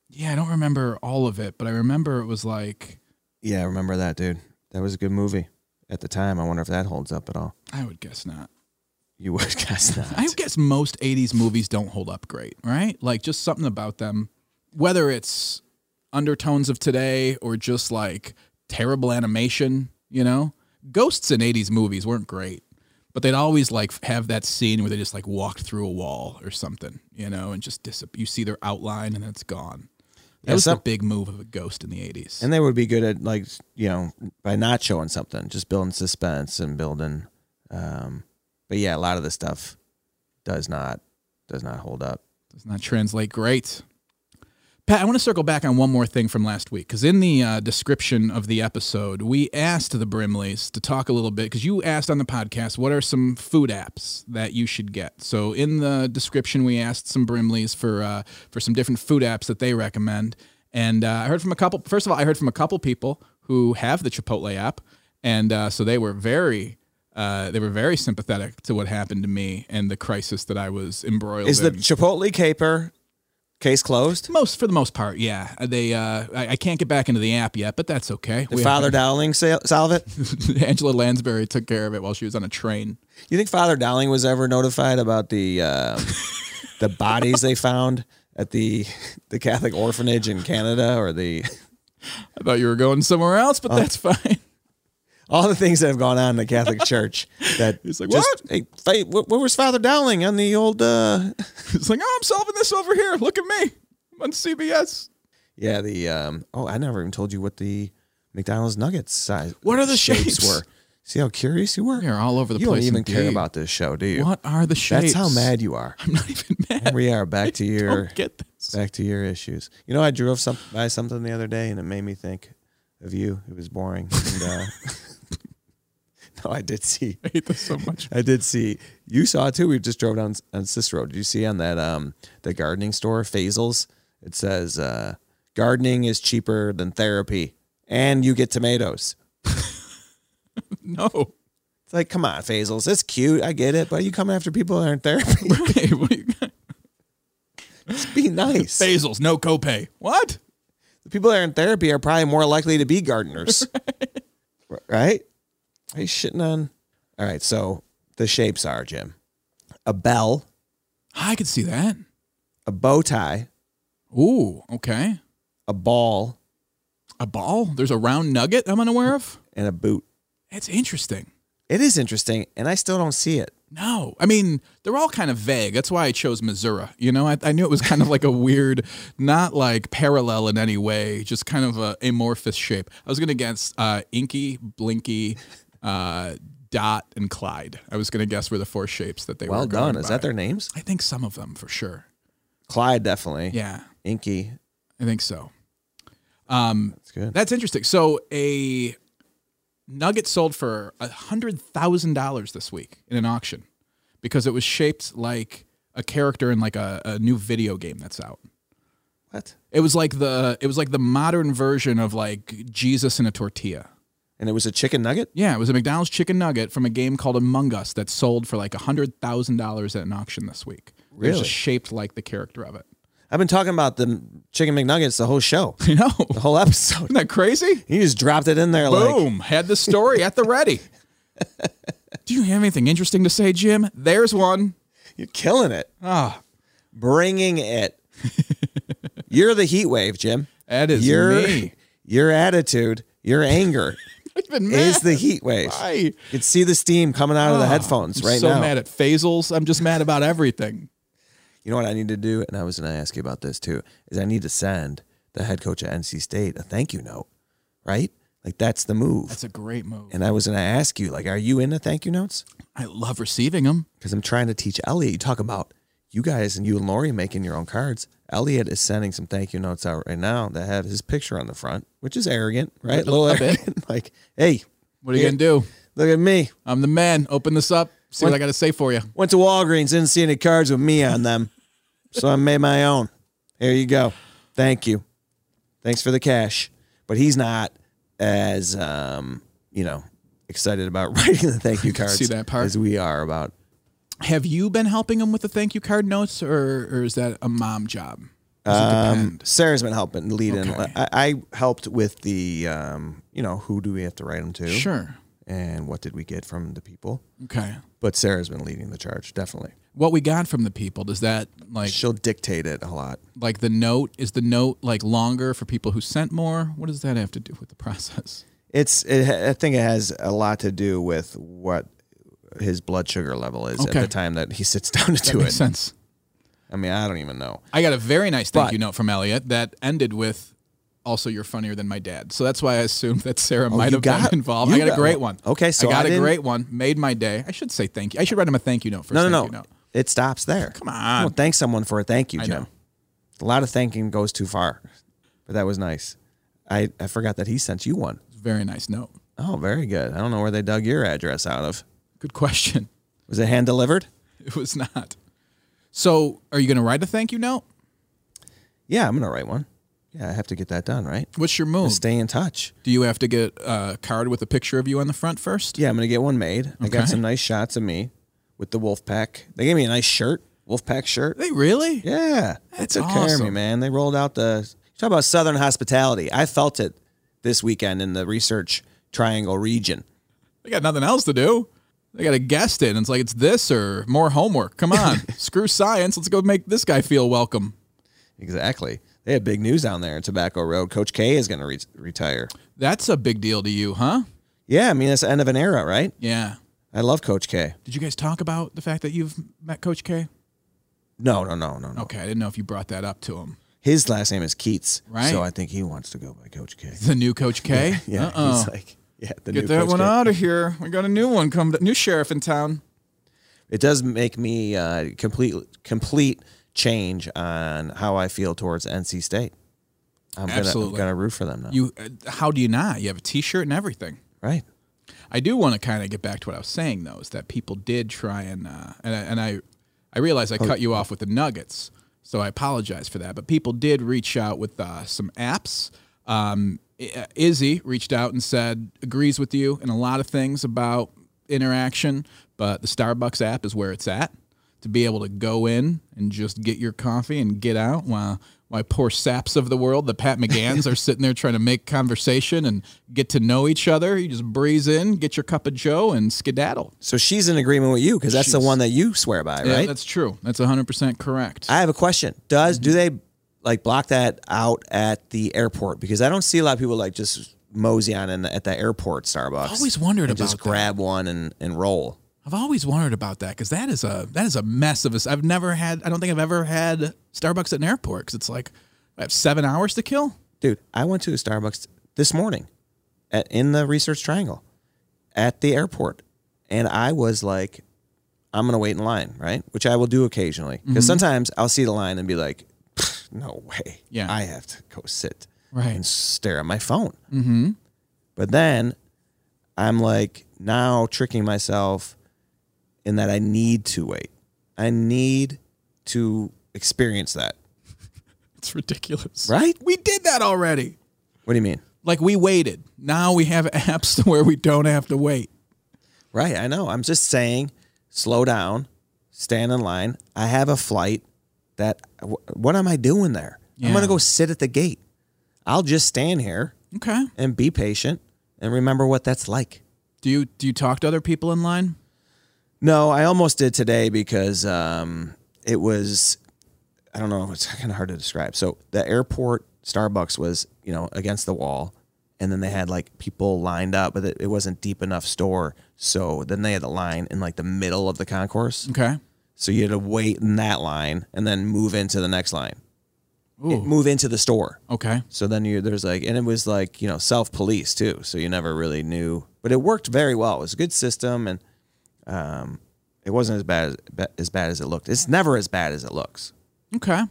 B: Yeah, I don't remember all of it, but I remember it was like,
A: Yeah, I remember that, dude. That was a good movie at the time. I wonder if that holds up at all.
B: I would guess not.
A: You would guess that.
B: I guess most 80s movies don't hold up great, right? Like just something about them, whether it's undertones of today or just like terrible animation, you know? Ghosts in 80s movies weren't great, but they'd always like have that scene where they just like walked through a wall or something, you know, and just disap- you see their outline and then it's gone. That
A: Yeah,
B: was
A: some-
B: the big move of a ghost in the 80s.
A: and they would be good at like you know by not showing something, just building suspense and building. Um, but yeah, a lot of this stuff does not does not hold up.
B: does not translate great. Pat, I want to circle back on one more thing from last week because in the uh, description of the episode, we asked the Brimleys to talk a little bit because you asked on the podcast what are some food apps that you should get. So in the description, we asked some Brimleys for uh, for some different food apps that they recommend, and uh, I heard from a couple. First of all, I heard from a couple people who have the Chipotle app, and uh, so they were very. Uh, they were very sympathetic to what happened to me and the crisis that I was embroiled
A: Is
B: in.
A: the Chipotle caper case closed?
B: Most for the most part, yeah. They, uh, I, I can't get back into the app yet, but that's okay.
A: Did Father Dowling sa- solve it?
B: Angela Lansbury took care of it while she was on a train.
A: You think Father Dowling was ever notified about the um the bodies they found at the the Catholic orphanage in Canada or the
B: I thought you were going somewhere else,
A: Oh.
B: but that's fine.
A: all the things that have gone on in the Catholic Church? That
B: He's like,
A: what? Hey, fa- wh- where was Father Dowling on the old? Uh,
B: It's like, oh, I'm solving this over here. Look at me. I'm on CBS.
A: yeah, the um. Oh, I never even told you what the McDonald's nuggets size.
B: What are the shapes?
A: were? See how curious you were.
B: You're all over the
A: you don't
B: place.
A: even care
B: indeed.
A: about this show, do you?
B: what are the
A: That's
B: shapes.
A: how mad you are.
B: I'm not even mad.
A: We are back to
B: I
A: your
B: don't get this.
A: back to your issues. You know, I drove some by something the other day, and it made me think of you. It was boring. And, uh, no, I did see.
B: I hate this so much.
A: I did see. You saw it too. We just drove down on Cicero. Did you see on that um the gardening store Fazels? It says uh, gardening is cheaper than therapy, and you get tomatoes.
B: No.
A: It's like, come on, Fazels. It's cute. I get it, but you come after people that aren't therapy.
B: Right. What do you got?
A: Just be nice.
B: Basils, no copay. What?
A: the people that are in therapy are probably more likely to be gardeners. right? Are you shitting on? All right, so the shapes are, Jim. A bell,
B: I could see that.
A: a bow tie,
B: Ooh, okay.
A: a ball,
B: A ball? There's a round nugget I'm unaware of?
A: and a boot.
B: That's interesting.
A: It is interesting, and I still don't see it.
B: No, I mean they're all kind of vague. That's why I chose Missouri. You know, I, I knew it was kind of like a weird, not like parallel in any way, just kind of a amorphous shape. I was gonna guess uh, Inky, Blinky, uh, Dot, and Clyde. I was gonna guess were the four shapes that they were.
A: Well
B: going
A: done. Is
B: by.
A: that their names?
B: I think some of them for sure.
A: Clyde, definitely.
B: Yeah,
A: Inky.
B: I think so.
A: That's good.
B: That's interesting. So a nugget sold for a hundred thousand dollars this week in an auction because it was shaped like a character in like a, a new video game that's out.
A: What?
B: It was like the it was like the modern version of like Jesus in a tortilla.
A: And it was a chicken nugget?
B: Yeah, it was a McDonald's chicken nugget from a game called Among Us that sold for like hundred thousand dollars at an auction this week. It was
A: Really?
B: just shaped like the character of it.
A: I've been talking about the chicken McNuggets the whole show,
B: You know, isn't
A: the whole episode.
B: that crazy?
A: You just dropped it in there like
B: Boom! Had the story at the ready. Do you have anything interesting to say, Jim? There's one.
A: you're killing it,
B: Ah,
A: bringing it. you're the heat wave, Jim.
B: that is
A: Your
B: me.
A: your attitude, your anger
B: Even
A: is the heat wave.
B: Why?
A: You can see the steam coming out of the headphones
B: Ah, I'm
A: right
B: so
A: now.
B: mad at phasals. I'm just mad about everything.
A: You know what I need to do, and I was going to ask you about this too, is I need to send the head coach at NC State a thank you note, right? Like that's the move.
B: That's a great move.
A: and I was going to ask you, like, are you into thank you notes?
B: I love receiving them.
A: Because I'm trying to teach Elliot. You talk about you guys and you and Lori making your own cards. Elliot is sending some thank you notes out right now that have his picture on the front, which is arrogant, right? A little
B: A bit.
A: arrogant. like, hey,
B: What are you gonna do?
A: look at me.
B: I'm the man. Open this up. See what I gotta say for you.
A: Went to Walgreens, didn't see any cards with me on them. so I made my own. Here you go. Thank you. Thanks for the cash. But he's not as um, you know, excited about writing the thank you cards
B: See that part?
A: as we are about
B: Have you been helping him with the thank you card notes, or, or is that a mom job? Does it
A: um,
B: depend?
A: Sarah's been helping lead in.
B: Okay.
A: I, I helped with the um, you know, who do we have to write them to?
B: Sure.
A: And what did we get from the people?
B: Okay.
A: But Sarah's been leading the charge, definitely.
B: What we got from the people does that like
A: She'll dictate it a lot.
B: like the note is the note like longer for people who sent more? What does that have to do with the process?
A: It's. It, ha- I think it has a lot to do with what his blood sugar level is
B: Okay.
A: at the time that he sits down to do
B: Makes
A: it.
B: sense.
A: I mean, I don't even know.
B: I got a very nice thank
A: But-
B: you note from Elliot that ended with also you're funnier than my dad. So that's why I assumed that Sarah
A: Oh,
B: might
A: you
B: have
A: got-
B: been involved.
A: you
B: I got,
A: got
B: a great
A: one.
B: one.
A: Okay, so
B: I got
A: I
B: a
A: didn't-
B: great one. Made my day. I should say thank you. I should write him a thank you note first.
A: No,
B: thank
A: no,
B: You
A: no.
B: note.
A: It stops there. Come
B: on.
A: Don't thank someone for a thank you, Jim.
B: know.
A: A lot of thanking goes too far, but that was nice. I, I forgot that he sent you one.
B: It's a very nice note.
A: Oh, very good. I don't know where they dug your address out of.
B: Good question.
A: Was it hand delivered?
B: It was not. So are you going to write a thank you note?
A: Yeah, I'm gonna write one. Yeah, I have to get that done, right?
B: What's your move?
A: Stay in touch.
B: Do you have to get a card with a picture of you on the front first?
A: Yeah, I'm gonna get one made. I
B: Okay.
A: got some nice shots of me with the wolf pack. They gave me a nice shirt, wolf pack shirt.
B: They really?
A: Yeah, they
B: That's
A: took care of me,
B: awesome.
A: man. They rolled out the you talk about Southern hospitality. I felt it this weekend in the Research Triangle region.
B: They got nothing else to do. They got a guest in. It's like it's this or more homework. Come on, screw science. Let's go make this guy feel welcome.
A: Exactly. They had big news down there in Tobacco Road. Coach K is gonna re- retire.
B: That's a big deal to you, huh?
A: Yeah, I mean that's the end of an era, right?
B: Yeah.
A: I love Coach K.
B: Did you guys talk about the fact that you've met Coach K?
A: No, no, no, no, no.
B: Okay, I didn't know if you brought that up to him.
A: His last name is Keats,
B: Right.
A: So I think he wants to go by Coach K.
B: The new Coach K.
A: Yeah,
B: Uh-uh.
A: he's like, yeah, the
B: Get
A: new
B: that
A: Coach
B: one
A: K.
B: out of here. We got a new one come. New sheriff in town.
A: It does make me uh, complete complete change on how I feel towards NC State. I'm gonna I'm
B: Absolutely.
A: gonna root for them now.
B: You? uh, How do you not? You have a T-shirt and everything.
A: right?
B: I do want to kind of get back to what I was saying though, is that people did try and uh, and I, and I I realize I cut you off with the Nuggets, so I apologize for that. But people did reach out with uh, some apps. Um, I- uh, Izzy reached out and said agrees with you in a lot of things about interaction, but the Starbucks app is where it's at to be able to go in and just get your coffee and get out while my poor saps of the world, the Pat McGanns, are sitting there trying to make conversation and get to know each other. You just breeze in, get your cup of Joe, and skedaddle.
A: So she's in agreement with you because that's the
B: She's-
A: one that you swear by,
B: Yeah,
A: right?
B: that's true. That's 100% correct.
A: I have a question. Does
B: Mm-hmm.
A: do they like block that out at the airport? Because I don't see a lot of people like just mosey on in at the airport Starbucks.
B: always wondered
A: and just
B: about that.
A: grab one and, and roll.
B: I've always wondered about that because that is a that is a mess of us. I've never had. I don't think I've ever had Starbucks at an airport because it's like I have seven hours to kill.
A: Dude, I went to a Starbucks this morning at, in the Research Triangle at the airport. And I was like, I'm going to wait in line, right? Which I will do occasionally. Because sometimes I'll see the line and be like, "Pfft, no way.
B: Yeah.
A: I have to go sit
B: Right.
A: and stare at my phone. Mm-hmm. But then I'm like now tricking myself in that I need to wait. I need to experience that.
B: It's It's ridiculous.
A: Right?
B: We did that already.
A: What do you mean?
B: Like we waited. Now we have apps to where we don't have to wait.
A: Right. I know. I'm just saying, slow down, stand in line. I have a flight that, wh- what am I doing there? I'm going
B: Yeah.
A: to go sit at the gate. I'll just stand here
B: Okay.
A: and be patient and remember what that's like.
B: Do you do you talk to other people in line?
A: No, I almost did today because um, it was, I don't know, it's kind of hard to describe. So the airport Starbucks was, you know, against the wall. And then they had like people lined up, but it, it wasn't deep enough store. So then they had the line in like the middle of the concourse.
B: Okay.
A: So you had to wait in that line and then move into the next line,
B: Ooh.
A: move into the store.
B: Okay.
A: So then you there's like, and it was like you know self police too. So you never really knew, but it worked very well. It was a good system, and um, it wasn't as bad as, ba- as bad as it looked. It's never as bad as it looks.
B: Okay.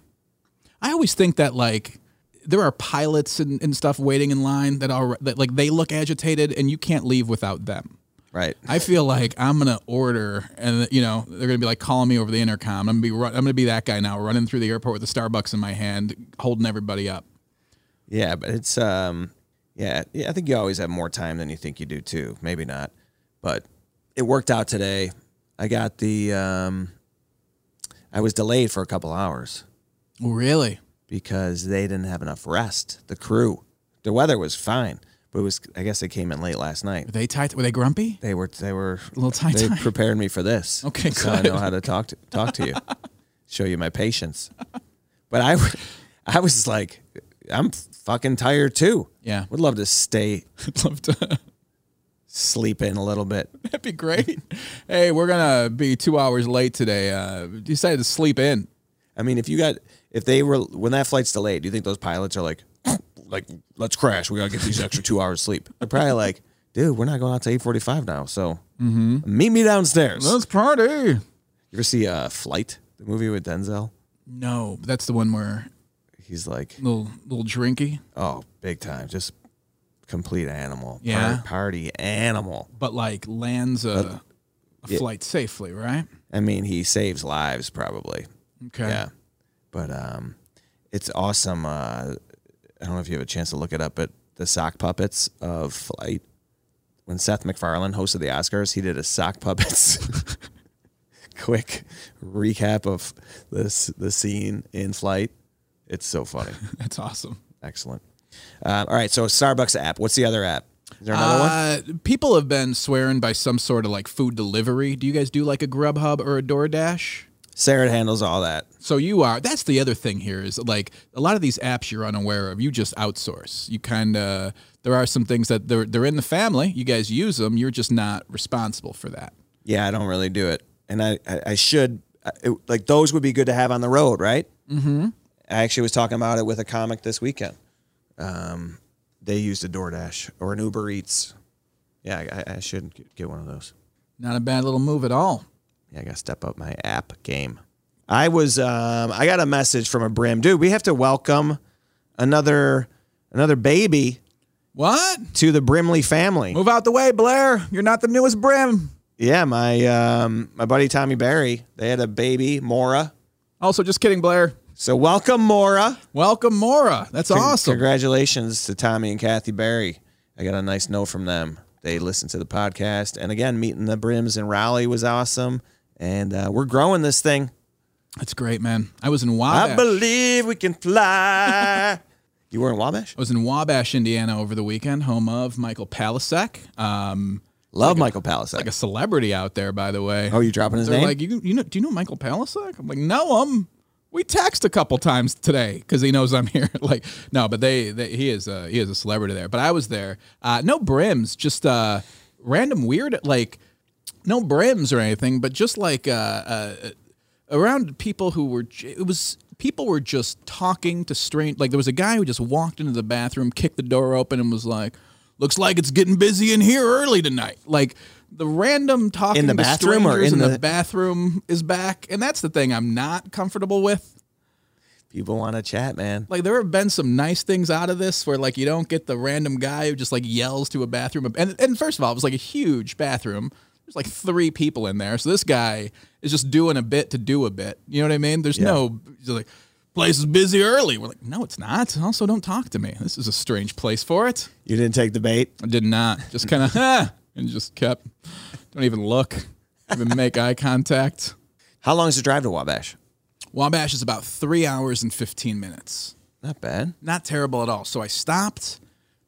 B: I always think that like there are pilots and, and stuff waiting in line that are that like they look agitated and you can't leave without them.
A: Right.
B: I feel like I'm gonna order, and you know they're gonna be like calling me over the intercom. I'm gonna be run, I'm gonna be that guy now, running through the airport with a Starbucks in my hand, holding everybody up.
A: Yeah, but it's um, yeah, yeah. I think you always have more time than you think you do too. Maybe not, but it worked out today. I got the um, I was delayed for a couple hours.
B: Really?
A: because they didn't have enough rest. The crew, the weather was fine, but it was I guess they came in late last night.
B: Were they tight? Were they grumpy?
A: They were they were a
B: little tight
A: They
B: time.
A: prepared me for this.
B: Okay,
A: so I
B: good.
A: know how to talk to talk to you, show you my patience. But I, w- I was like, I'm fucking tired too.
B: Yeah.
A: would love to stay
B: I'd love to.
A: sleep in a little bit.
B: That'd be great. hey, we're gonna be two hours late today. Uh, decided to sleep in.
A: I mean, if you got if they were when that flight's delayed, do you think those pilots are like, like let's crash? We gotta get these extra two hours sleep. They're probably like, dude, we're not going out to eight forty five now, so meet me downstairs. You
B: party.
A: ever see uh, Flight, the movie with Denzel?
B: No, that's the one where
A: He's like,
B: little little drinky,
A: oh, big time, just complete animal,
B: Yeah.
A: Par- party animal.
B: but like lands a, a flight safely, right?
A: I mean, he saves lives probably.
B: Okay.
A: Yeah. But um, it's awesome. Uh, I don't know if you have a chance to look it up, but the sock puppets of Flight. When Seth MacFarlane hosted the Oscars, he did a sock puppets quick recap of this the scene in Flight. It's so funny.
B: That's awesome.
A: Excellent. Um, all right, so Starbucks app. What's the other app? Is there another one?
B: Uh, people have been swearing by some sort of like food delivery. Do you guys do like a Grubhub or a DoorDash?
A: Sarah handles all that.
B: So you are. That's the other thing here is like a lot of these apps you're unaware of. You just outsource. You kind of there are some things that they're they're in the family. You guys use them. You're just not responsible for that.
A: Yeah, I don't really do it, and I I, I should I- it, like those would be good to have on the road, right? Mm-hmm. I actually was talking about it with a comic this weekend. Um, they used a DoorDash or an Uber Eats. Yeah, I, I should g- get one of those.
B: Not a bad little move at all.
A: Yeah, I gotta step up my app game. I was um, I got a message from a Brim dude. We have to welcome another another baby
B: What?
A: to the Brimley family.
B: Move out the way, Blair. You're not the newest brim.
A: Yeah, my um, my buddy Tommy Barry. They had a baby Mora.
B: Also, just kidding, Blair.
A: So welcome Mora.
B: Welcome, Mora. That's awesome.
A: Congratulations to Tommy and Kathy Barry. I got a nice note from them. They listened to the podcast. And again, meeting the Brims in Raleigh was awesome. And uh, we're growing this thing.
B: That's great, man. I was in
A: I
B: Wabash. I
A: believe we can fly. you were in Wabash?
B: was in Wabash, Indiana over the weekend, home of Michael Palisek. Um,
A: Love Michael Palisade.
B: like a celebrity out there, by the way.
A: oh, you dropping his
B: They're
A: name?
B: like, you, you know, do you know Michael Palisek? I'm like, no, um, we text a couple times today because he knows I'm here. like, no, but they, they he is a, he is a celebrity there. But I was there. Uh, no brims, just uh, random weird like, no brims or anything, but just like uh, uh, around people who were j- it was people were just talking to strange like there was a guy who just walked into the bathroom kicked the door open and was like looks like it's getting busy in here early tonight like the random talking
A: In the
B: to
A: bathroom or
B: strangers
A: in
B: in the,
A: the-
B: bathroom is back and that's the thing i'm not comfortable with
A: People want to chat, man.
B: like there have been some nice things out of this where like you don't get the random guy who just like yells to a bathroom and and first of all it was like a huge bathroom there's like three people in there so this guy is just doing a bit to do a bit you know what i mean there's no he's like place is busy early. We're like, no, it's not. Also, don't talk to me. This is a strange place for it.
A: You didn't take the bait.
B: I did not. Just kind of, and just kept. Don't even look. Even make eye contact.
A: How long is the drive to Wabash?
B: Wabash is about three hours and 15 minutes.
A: Not bad.
B: Not terrible at all. So I stopped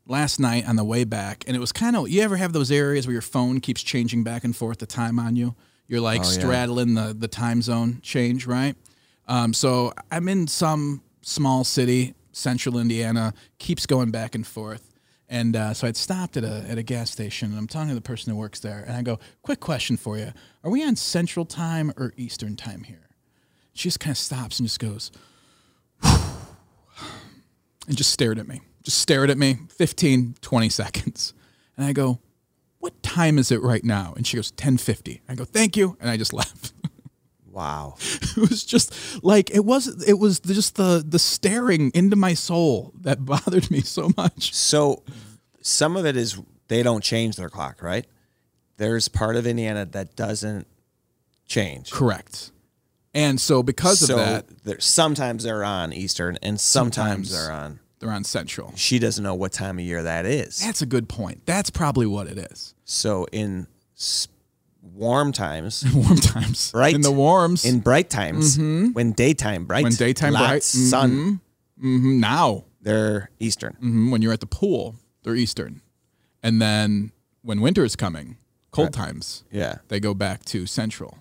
B: last night on the way back, and it was kind of, you ever have those areas where your phone keeps changing back and forth the time on you? You're like straddling the, the time zone change, right? Um, so I'm in some small city, central Indiana, keeps going back and forth. And uh, so I'd stopped at a, at a gas station and I'm talking to the person who works there. And I go, Quick question for you Are we on central time or eastern time here? She just kind of stops and just goes, and just stared at me. Just stared at me 15, 20 seconds. And I go, What time is it right now? And she goes, 1050. I go, Thank you. And I just left.
A: Wow.
B: it was just like it was it was just the the staring into my soul that bothered me so much
A: So some of it is they don't change their clock, right? There's part of Indiana that doesn't change.
B: correct and so because
A: So
B: of that
A: there, sometimes they're on Eastern and sometimes, they're on.
B: they're on central
A: She doesn't know what time of year that is.
B: that's a good point that's probably what it is
A: So in s- warm times,
B: warm times
A: Right.
B: in the warms
A: in bright times, when daytime bright,
B: Mm-hmm. When daytime
A: lots
B: bright,
A: of sun,
B: Mhm, now
A: they're Eastern.
B: Mhm, when you're at the pool they're eastern and then when winter is coming cold times
A: Yeah.
B: they go back to Central.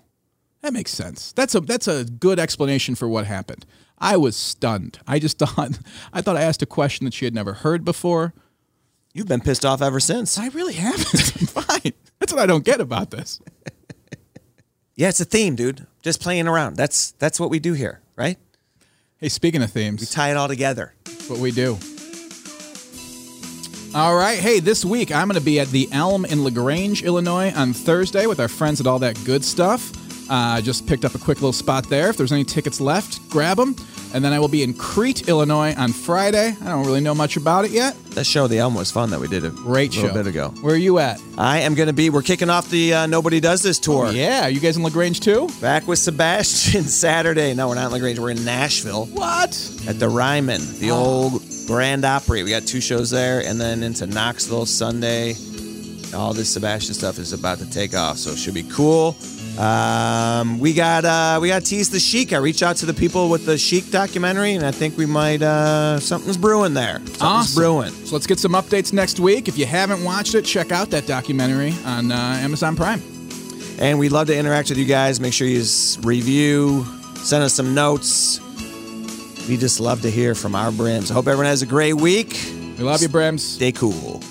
B: That makes sense. That's a that's a good explanation for what happened. I was stunned. I just thought I thought I asked a question that she had never heard before.
A: You've been pissed off ever since.
B: I really haven't. I'm fine. That's what I don't get about this.
A: Yeah, it's a theme, dude. Just playing around. That's that's what we do here, right?
B: Hey, speaking of themes,
A: Tie it all together.
B: that's what we do. All right. Hey, this week I'm going to be at the Elm in LaGrange, Illinois on Thursday with our friends at All That Good Stuff. Uh, just picked up a quick little spot there. If there's any tickets left, grab them. And then I will be in Crete, Illinois on Friday. I don't really know much about it yet.
A: That show, The Elm, was fun that we did a
B: Great
A: little
B: show.
A: bit ago.
B: Where are you at?
A: I am going to be. We're kicking off the uh, Nobody Does This tour.
B: Oh, Yeah, you guys in LaGrange too?
A: Back with Sebastian Saturday. No, we're not in Lagrange. We're in Nashville
B: What?
A: at the Ryman, the old Grand Opry. We got two shows there, and then into Knoxville Sunday. All this Sebastian stuff is about to take off, so it should be cool. Um, we got uh, we got tease the chic. I reached out to the people with the chic documentary, and I think we might uh, something's brewing there. Something's
B: Awesome.
A: brewing.
B: So let's get some updates next week. If you haven't watched it, check out that documentary on uh, Amazon Prime.
A: And we'd love to interact with you guys. Make sure you s- review, send us some notes. We just love to hear from our brims. I hope everyone has a great week.
B: We love you, Brems.
A: Stay cool.